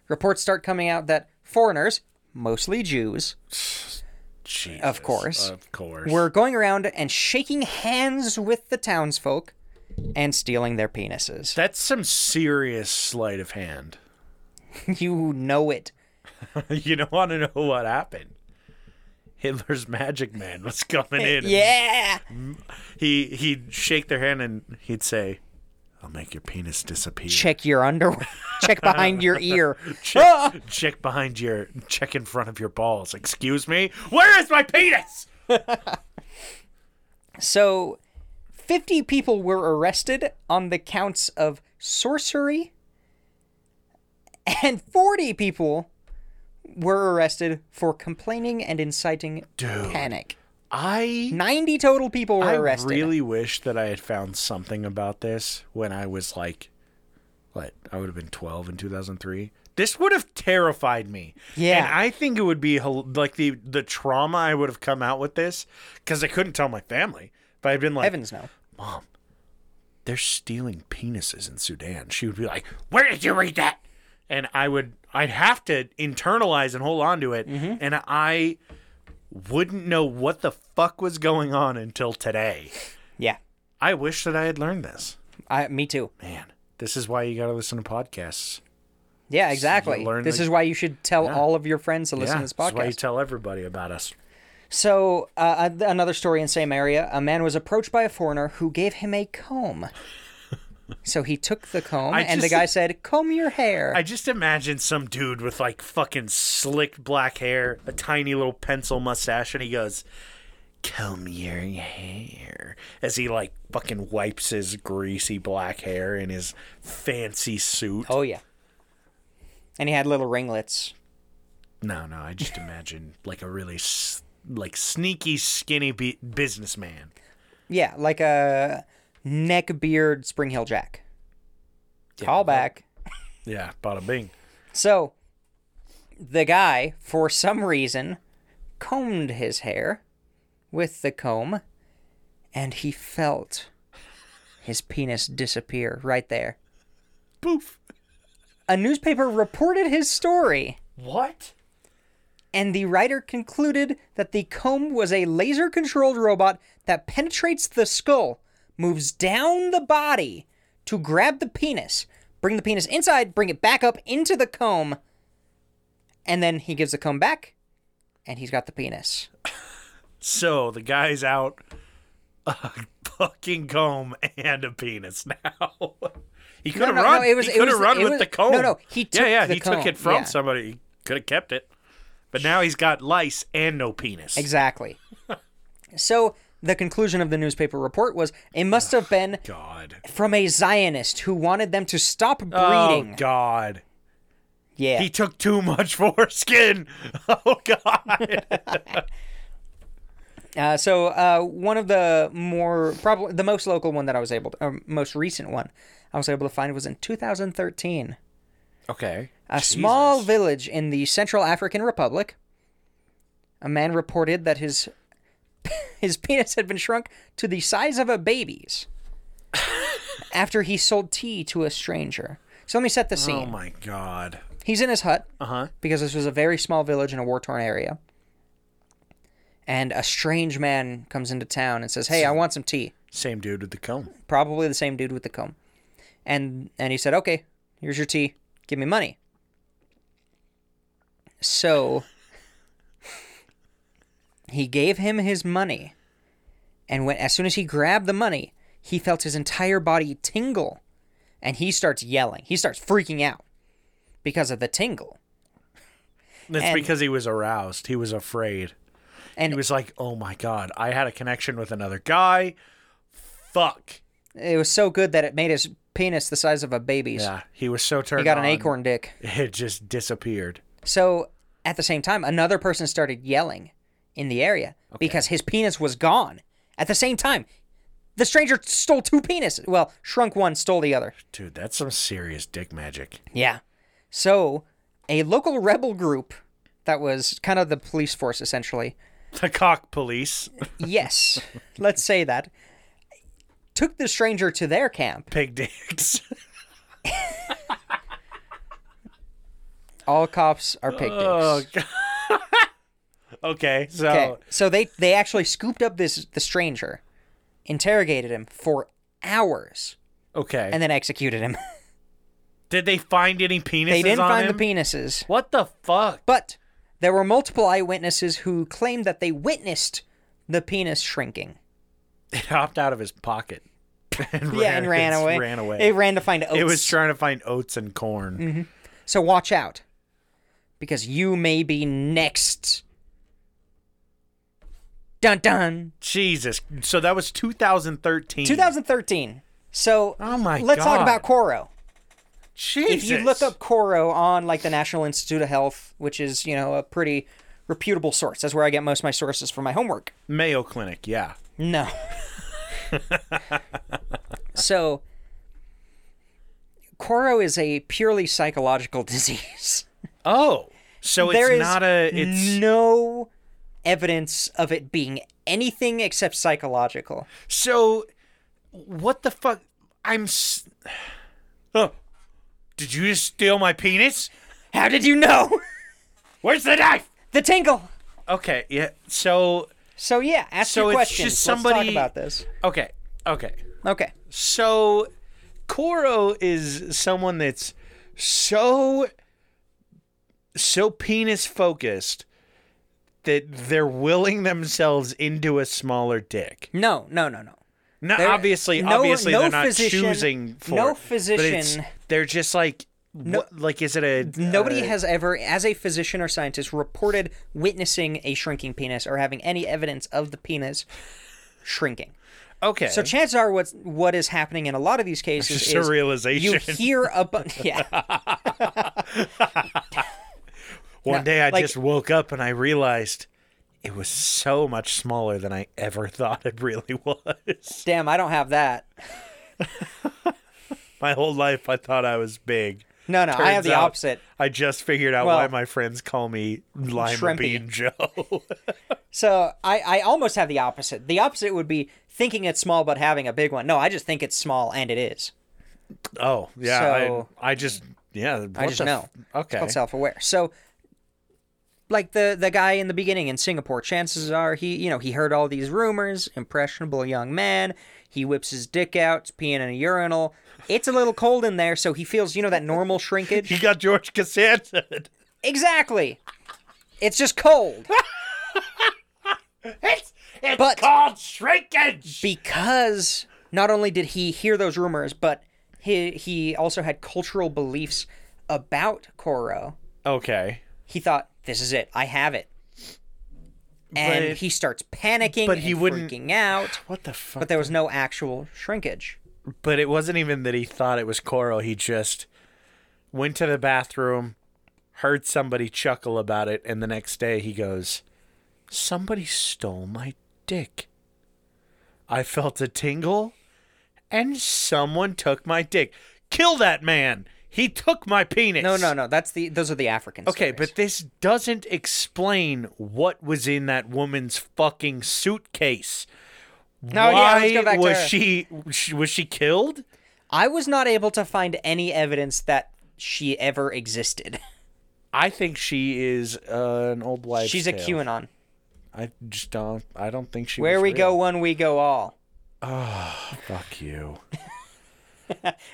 S2: reports start coming out that foreigners, mostly Jews,
S1: Jesus.
S2: Of course.
S1: Of course.
S2: were going around and shaking hands with the townsfolk and stealing their penises.
S1: That's some serious sleight of hand.
S2: you know it.
S1: you don't want to know what happened. Hitler's magic man was coming in. and
S2: Yeah.
S1: He he'd shake their hand and he'd say, "I'll make your penis disappear."
S2: Check your underwear. Check behind your ear.
S1: Check,
S2: Ah!
S1: check behind your check in front of your balls. Excuse me. Where is my penis?
S2: So, 50 people were arrested on the counts of sorcery, and 40 people were arrested for complaining and inciting
S1: Dude.
S2: panic.
S1: I
S2: 90 total people were
S1: I
S2: arrested.
S1: really wish that I had found something about this when I was like, what? I would have been 12 in 2003. This would have terrified me.
S2: Yeah.
S1: And I think it would be hel- like the the trauma I would have come out with this because I couldn't tell my family. If I had been like,
S2: Heavens no.
S1: they're stealing penises in Sudan, she would be like, where did you read that? And I would, I'd have to internalize and hold on to it.
S2: Mm-hmm.
S1: And I wouldn't know what the fuck was going on until today.
S2: Yeah.
S1: I wish that I had learned this.
S2: I, me too.
S1: Man, this is why you got to listen to podcasts.
S2: Yeah, exactly.
S1: learn
S2: This
S1: the-
S2: is why you should tell all of your friends to listen to this
S1: that's why you
S2: podcast.
S1: tell everybody about us.
S2: So, uh, a- another story in same area. A man was approached by a foreigner who gave him a comb. so he took the comb,
S1: I
S2: and the
S1: just-
S2: guy said, "Comb your hair."
S1: I just imagine some dude with like fucking slick black hair, a tiny little pencil mustache, and he goes, "Comb your hair," as he like fucking wipes his greasy black hair in his fancy suit.
S2: oh yeah. And he had little ringlets.
S1: No, no, I just imagine like a really s- like sneaky, skinny b- businessman.
S2: Yeah, like a neck beard Spring Hill Jack. Call back.
S1: Yeah, bada bing.
S2: So, the guy, for some reason, combed his hair with the comb, and he felt his penis disappear right there.
S1: Poof.
S2: A newspaper reported his story,
S1: What?
S2: and the writer concluded that the comb was a laser controlled robot that penetrates the skull, moves down the body to grab the penis, bring the penis inside, bring it back up into the comb, and then he gives the comb back, and he's got the penis.
S1: So the guy's out a fucking comb and a penis now. he could have
S2: no, no,
S1: run.
S2: it was-
S1: he
S2: it
S1: could have
S2: was-
S1: run
S2: it
S1: with
S2: was-
S1: the comb.
S2: no, no, he took
S1: yeah, yeah,
S2: the
S1: he
S2: comb,
S1: took it from
S2: yeah.
S1: somebody. He could have kept it, but now he's got lice and no penis.
S2: Exactly. so the conclusion of the newspaper report was it must have been
S1: God.
S2: from a Zionist who wanted them to stop
S1: Oh
S2: breeding.
S1: God.
S2: yeah.
S1: He took too much foreskin. Oh God.
S2: Uh, so uh, one of the more probably the most local one that I was able to, or most recent one I was able to find was in 2013.
S1: okay.
S2: A small village in the Central African Republic. A man reported that his his penis had been shrunk to the size of a baby's after he sold tea to a stranger. So let me set the
S1: Oh
S2: scene.
S1: my God.
S2: He's in his hut
S1: Uh huh.
S2: because this was a very small village in a war torn area. And a strange man comes into town and says, Hey, I want some tea.
S1: Same dude with the comb.
S2: Probably the same dude with the comb. And and he said, Okay, here's your tea. Give me money. So he gave him his money. And when as soon as he grabbed the money, he felt his entire body tingle. And he starts yelling. He starts freaking out because of the tingle.
S1: That's
S2: And-
S1: because he was aroused. He was afraid.
S2: And
S1: He was like, "Oh my god, I had a connection with another guy. Fuck."
S2: It was so good that it made his penis the size of a baby's.
S1: Yeah, he was so turned.
S2: he got an
S1: on,
S2: acorn dick.
S1: It just disappeared.
S2: So at the same time, another person started yelling in the area because his penis was gone. At the same time, the stranger stole two penises. Well, shrunk one, stole the other.
S1: Dude, that's some serious dick magic.
S2: Yeah. So a local rebel group that was kind of the police force essentially
S1: The cock police,
S2: yes let's say that took the stranger to their camp
S1: pig dicks.
S2: all cops are pig dicks
S1: Oh god. okay, so
S2: Okay. So they they actually scooped up this the stranger, interrogated him for hours,
S1: okay,
S2: and then executed him.
S1: did they find any penises?
S2: they didn't
S1: on
S2: find
S1: him?
S2: the penises,
S1: What the fuck?
S2: but there were multiple eyewitnesses who claimed that they witnessed the penis shrinking.
S1: It hopped out of his pocket. And
S2: yeah, and ran
S1: it's-
S2: away.
S1: Ran away.
S2: It ran to find oats.
S1: It was trying to find oats and corn.
S2: so watch out, because you may be next. Dun dun.
S1: Jesus. So that was 2013.
S2: 2013. So
S1: Oh my
S2: let's talk
S1: God.
S2: about Koro.
S1: Jesus.
S2: if you look up Coro on like the National Institute of Health, which is you know a pretty reputable source. That's where I get most of my sources for my homework.
S1: Mayo Clinic, yeah.
S2: No. so, Coro is a purely psychological disease.
S1: Oh, so
S2: There
S1: it's
S2: is
S1: not a it's
S2: no evidence of it being anything except psychological.
S1: so what the fuck? I'm. S- oh, did you just steal my penis?
S2: How did you know?
S1: Where's the knife?
S2: the tingle.
S1: Okay, yeah. So
S2: So yeah, ask
S1: So
S2: your
S1: it's
S2: questions.
S1: just
S2: Let's
S1: somebody-
S2: talk about this.
S1: okay, okay.
S2: Okay.
S1: So Koro is someone that's so so penis focused that they're willing themselves into a smaller dick.
S2: No, no, no, no.
S1: Now,
S2: They're-
S1: obviously,
S2: no-
S1: obviously,
S2: no
S1: they're not
S2: physician-
S1: choosing for
S2: no
S1: it, but it's-
S2: physician-
S1: they're just like, what, like, is it a
S2: Nobody
S1: uh,
S2: has ever, as a physician or scientist, reported witnessing a shrinking penis or having any evidence of the penis shrinking.
S1: okay?
S2: So chances are, what's what is happening in a lot of these cases
S1: just a
S2: is you
S1: realization.
S2: hear about yeah.
S1: One
S2: no,
S1: day, I
S2: like-
S1: just woke up and I realized it was so much smaller than I ever thought it really was.
S2: Damn, I don't have that.
S1: My whole life, I thought I was big.
S2: No, no, I
S1: Turns
S2: have the
S1: out,
S2: opposite.
S1: I just figured out
S2: Well,
S1: why my friends call me Lima
S2: shrimpy.
S1: Bean Joe.
S2: So I, I almost have the opposite. The opposite would be thinking it's small but having a big one. No, I just think it's small and it is.
S1: oh, yeah.
S2: So-
S1: I, I just, yeah.
S2: I
S1: what
S2: just
S1: the
S2: know.
S1: f- okay.
S2: It's called self-aware. So, like the the guy in the beginning in Singapore, chances are he you know he heard all these rumors. Impressionable young man. He whips his dick out, is peeing in a urinal. It's a little cold in there, so he feels you know that normal shrinkage.
S1: He got George Costanza.
S2: exactly. It's just cold.
S1: It's, it's
S2: But-
S1: called shrinkage.
S2: because not only did he hear those rumors, but he he also had cultural beliefs about Koro.
S1: Okay.
S2: He thought, "This is it. I have it." And
S1: But-
S2: he starts panicking
S1: but he
S2: and
S1: wouldn't-
S2: freaking out.
S1: What the fuck?
S2: But there was no actual shrinkage.
S1: But it wasn't even that he thought it was Koro. He just went to the bathroom, heard somebody chuckle about it, and the next day he goes, Somebody stole my dick. I felt a tingle, and someone took my dick. Kill that man! He took my penis.
S2: No, no, no. That's the those are the African
S1: Okay,
S2: stories.
S1: but this doesn't explain what was in that woman's fucking suitcase.
S2: No,
S1: Why
S2: yeah, let's go back to
S1: was
S2: her.
S1: she she- was she killed?
S2: I was not able to find any evidence that she ever existed.
S1: I think she is uh, an old wife.
S2: She's a QAnon.
S1: I just don't. I don't think she.
S2: Where
S1: was
S2: we
S1: real.
S2: go one, we go all.
S1: Fuck you.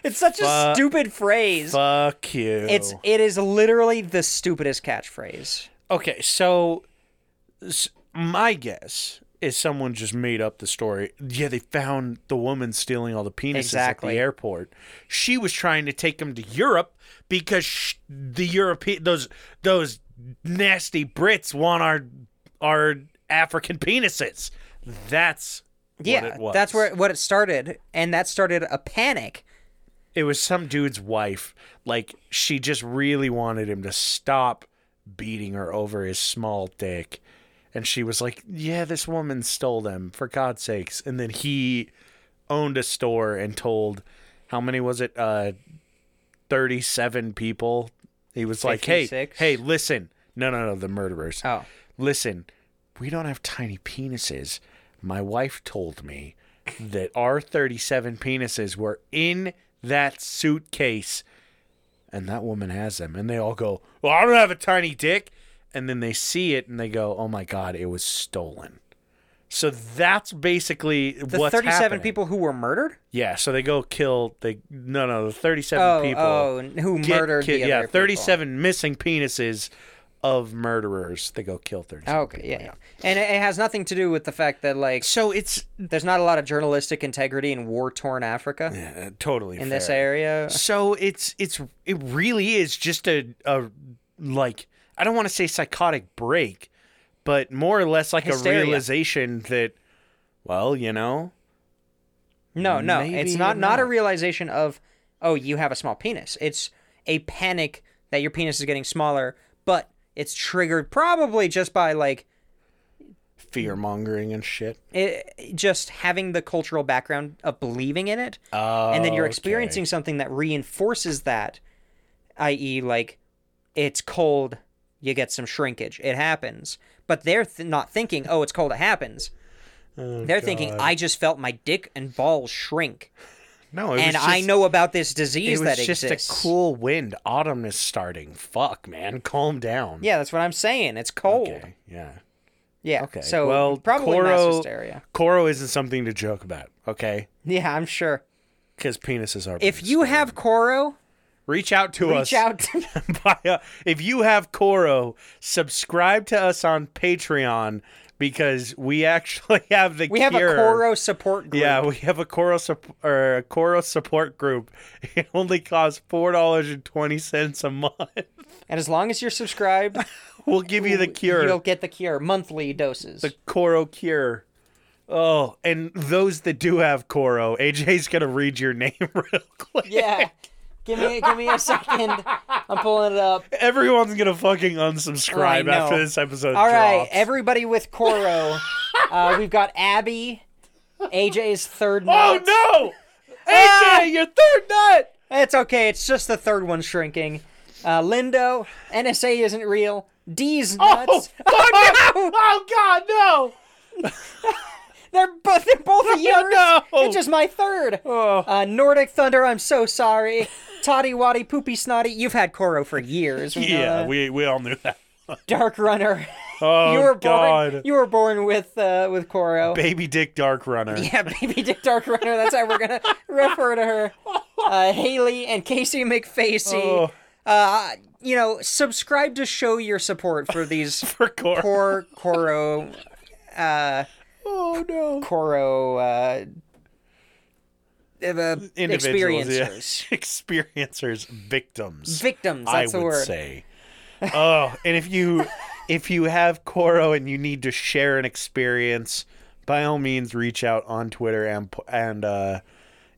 S2: It's such a
S1: Fuck.
S2: stupid phrase.
S1: Fuck you.
S2: It's it is literally the stupidest catchphrase.
S1: okay. So, s- my guess is someone just made up the story. Yeah, they found the woman stealing all the penises at
S2: Exactly.
S1: the airport. She was trying to take them to Europe because sh- the European those those nasty Brits want our our African penises. That's what
S2: Yeah,
S1: it was.
S2: that's where what it started, and that started a panic.
S1: It was some dude's wife. Like she just really wanted him to stop beating her over his small dick. And she was like, "Yeah, this woman stole them for God's sakes." And then he owned a store and told how many was it? Uh 37 people. He was like, "Hey,
S2: 56?
S1: hey, listen. No, no, no, the murderers.
S2: Oh,
S1: Listen, we don't have tiny penises. My wife told me that our 37 penises were in that suitcase. And that woman has them. And they all go, Well, I don't have a tiny dick. And then they see it and they go, Oh my God, it was stolen. So that's basically
S2: the
S1: what's
S2: thirty-seven
S1: happening.
S2: people who were murdered.
S1: Yeah, so they go kill. They no, no, the thirty-seven
S2: Oh,
S1: people
S2: oh, and who
S1: get
S2: murdered
S1: ki-
S2: the other
S1: yeah,
S2: people.
S1: thirty-seven missing penises of murderers. They go kill thirty-seven.
S2: Okay, yeah, yeah, and it, it has nothing to do with the fact that like
S1: So it's
S2: there's not a lot of journalistic integrity in war-torn Africa
S1: uh, totally
S2: in
S1: fair.
S2: this area.
S1: So it's it's it really is just a a like I don't want to say psychotic break, but more or less like
S2: Hysteria.
S1: a realization that well, you know,
S2: No, no, it's
S1: Maybe
S2: not not a
S1: not.
S2: realization of oh you have a small penis. It's a panic that your penis is getting smaller, but It's triggered probably just by like Mm.
S1: Fear mongering and shit.
S2: it, just having the cultural background of believing in it, and then you're experiencing something that reinforces that, i.e., like it's cold, you get some shrinkage, it happens. But they're th- not thinking, oh, it's cold, it happens.
S1: Oh,
S2: they're thinking, I just felt my dick and balls shrink,
S1: No, it was
S2: and
S1: just,
S2: I know about this
S1: it
S2: disease
S1: was
S2: that
S1: just
S2: exists.
S1: a cool wind. Autumn is starting. Fuck, man, calm down.
S2: Yeah, that's what I'm saying. It's cold.
S1: Okay, yeah.
S2: Yeah.
S1: Okay.
S2: So
S1: well,
S2: probably mass
S1: Koro-
S2: hysteria.
S1: Koro isn't something to joke about. Okay,
S2: Yeah, I'm sure.
S1: because penises are.
S2: If
S1: being
S2: you
S1: stolen.
S2: have Koro,
S1: reach out to us,
S2: reach out. To-
S1: buy a- if you have Coro, subscribe to us on Patreon because we actually have the
S2: we have
S1: cure.
S2: a Koro support group.
S1: Yeah, we have a Coro sup- or a Coro support group. It only costs four dollars and twenty cents a month.
S2: And as long as you're subscribed,
S1: We'll give you the cure,
S2: you'll get the cure monthly doses.
S1: the Coro cure. Oh, and those that do have Coro, AJ's gonna read your name real quick.
S2: yeah. Give me give me a second. I'm pulling it up.
S1: Everyone's gonna fucking unsubscribe
S2: I
S1: after
S2: know.
S1: this episode.
S2: All right,
S1: drops.
S2: everybody with Koro. Uh, we've got Abby, AJ's third
S1: Oh
S2: nut.
S1: no! AJ, your third nut!
S2: It's okay. It's just the third one shrinking. Uh, Lindo, NSA isn't real. D's nuts.
S1: Oh, no! oh god, no!
S2: They're both they're both a yours.
S1: no.
S2: It's just my third. Uh, Nordic Thunder, I'm so sorry. Toddy Waddy, Poopy Snotty, you've had Koro for years. we know
S1: Yeah,
S2: that.
S1: we, we all knew that.
S2: Dark Runner.
S1: Oh
S2: you were born.
S1: god.
S2: You were born with uh, with Koro.
S1: Baby Dick Dark Runner.
S2: yeah, baby Dick Dark Runner. That's how we're gonna refer to her. Uh, Haley and Casey McFacey.
S1: Oh.
S2: Uh, you know, subscribe to show your support for these
S1: For Cor-
S2: poor Koro
S1: Oh no.
S2: Koro uh, uh,
S1: Individuals, yeah.
S2: experiencers.
S1: Experiencers, victims.
S2: Victims,
S1: I
S2: that's the
S1: would
S2: word.
S1: say. Oh, and if you if you have Coro and you need to share an experience, by all means reach out on Twitter and and uh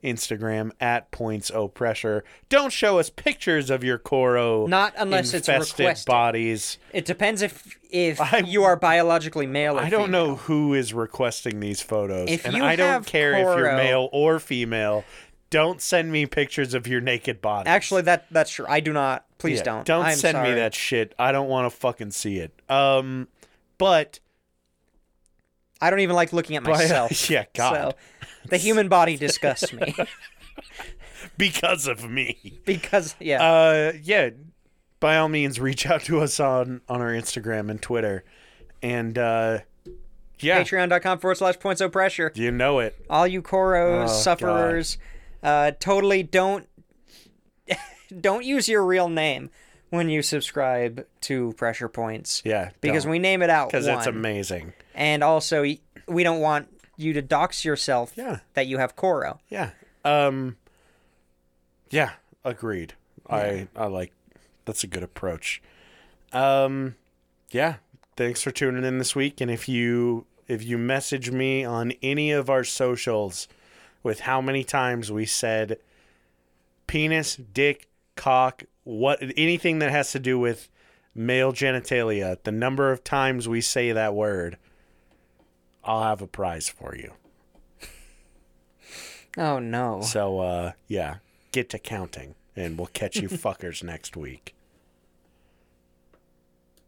S1: Instagram at points o pressure. Don't show us pictures of your Coro
S2: Not unless it's
S1: infested
S2: requested.
S1: bodies.
S2: It depends if if
S1: I-
S2: you are biologically male or
S1: I don't
S2: female.
S1: know who is requesting these photos,
S2: If
S1: and
S2: you
S1: I don't
S2: have
S1: care if you're
S2: Coro-
S1: male or female. Don't send me pictures of your naked body.
S2: Actually, that that's true. I do not. Please
S1: Yeah,
S2: don't.
S1: Don't
S2: I'm
S1: send
S2: sorry.
S1: me that shit. I don't want to fucking see it. Um, but
S2: I don't even like looking at myself.
S1: yeah, God,
S2: So the human body disgusts me
S1: because of me.
S2: because yeah.
S1: Uh, yeah. By all means, reach out to us on on our Instagram and Twitter, and uh, yeah,
S2: Patreon.com forward slash points of pressure.
S1: you know it.
S2: All you
S1: Oh,
S2: Koros sufferers, uh, totally don't don't use your real name when you subscribe to Pressure Points.
S1: Yeah,
S2: because we name it out.
S1: because it's
S2: one.
S1: amazing.
S2: and also y- we don't want you to dox yourself
S1: Yeah.
S2: that you have Koro.
S1: Yeah. Um. Yeah. Agreed. I I like. That's a good approach. Um. Yeah. Thanks for tuning in this week. And if you if you message me on any of our socials with how many times we said penis, dick, cock, what anything that has to do with male genitalia, the number of times we say that word, I'll have a prize for you.
S2: Oh no. Oh,
S1: So uh yeah, get to counting and we'll catch you fuckers next week.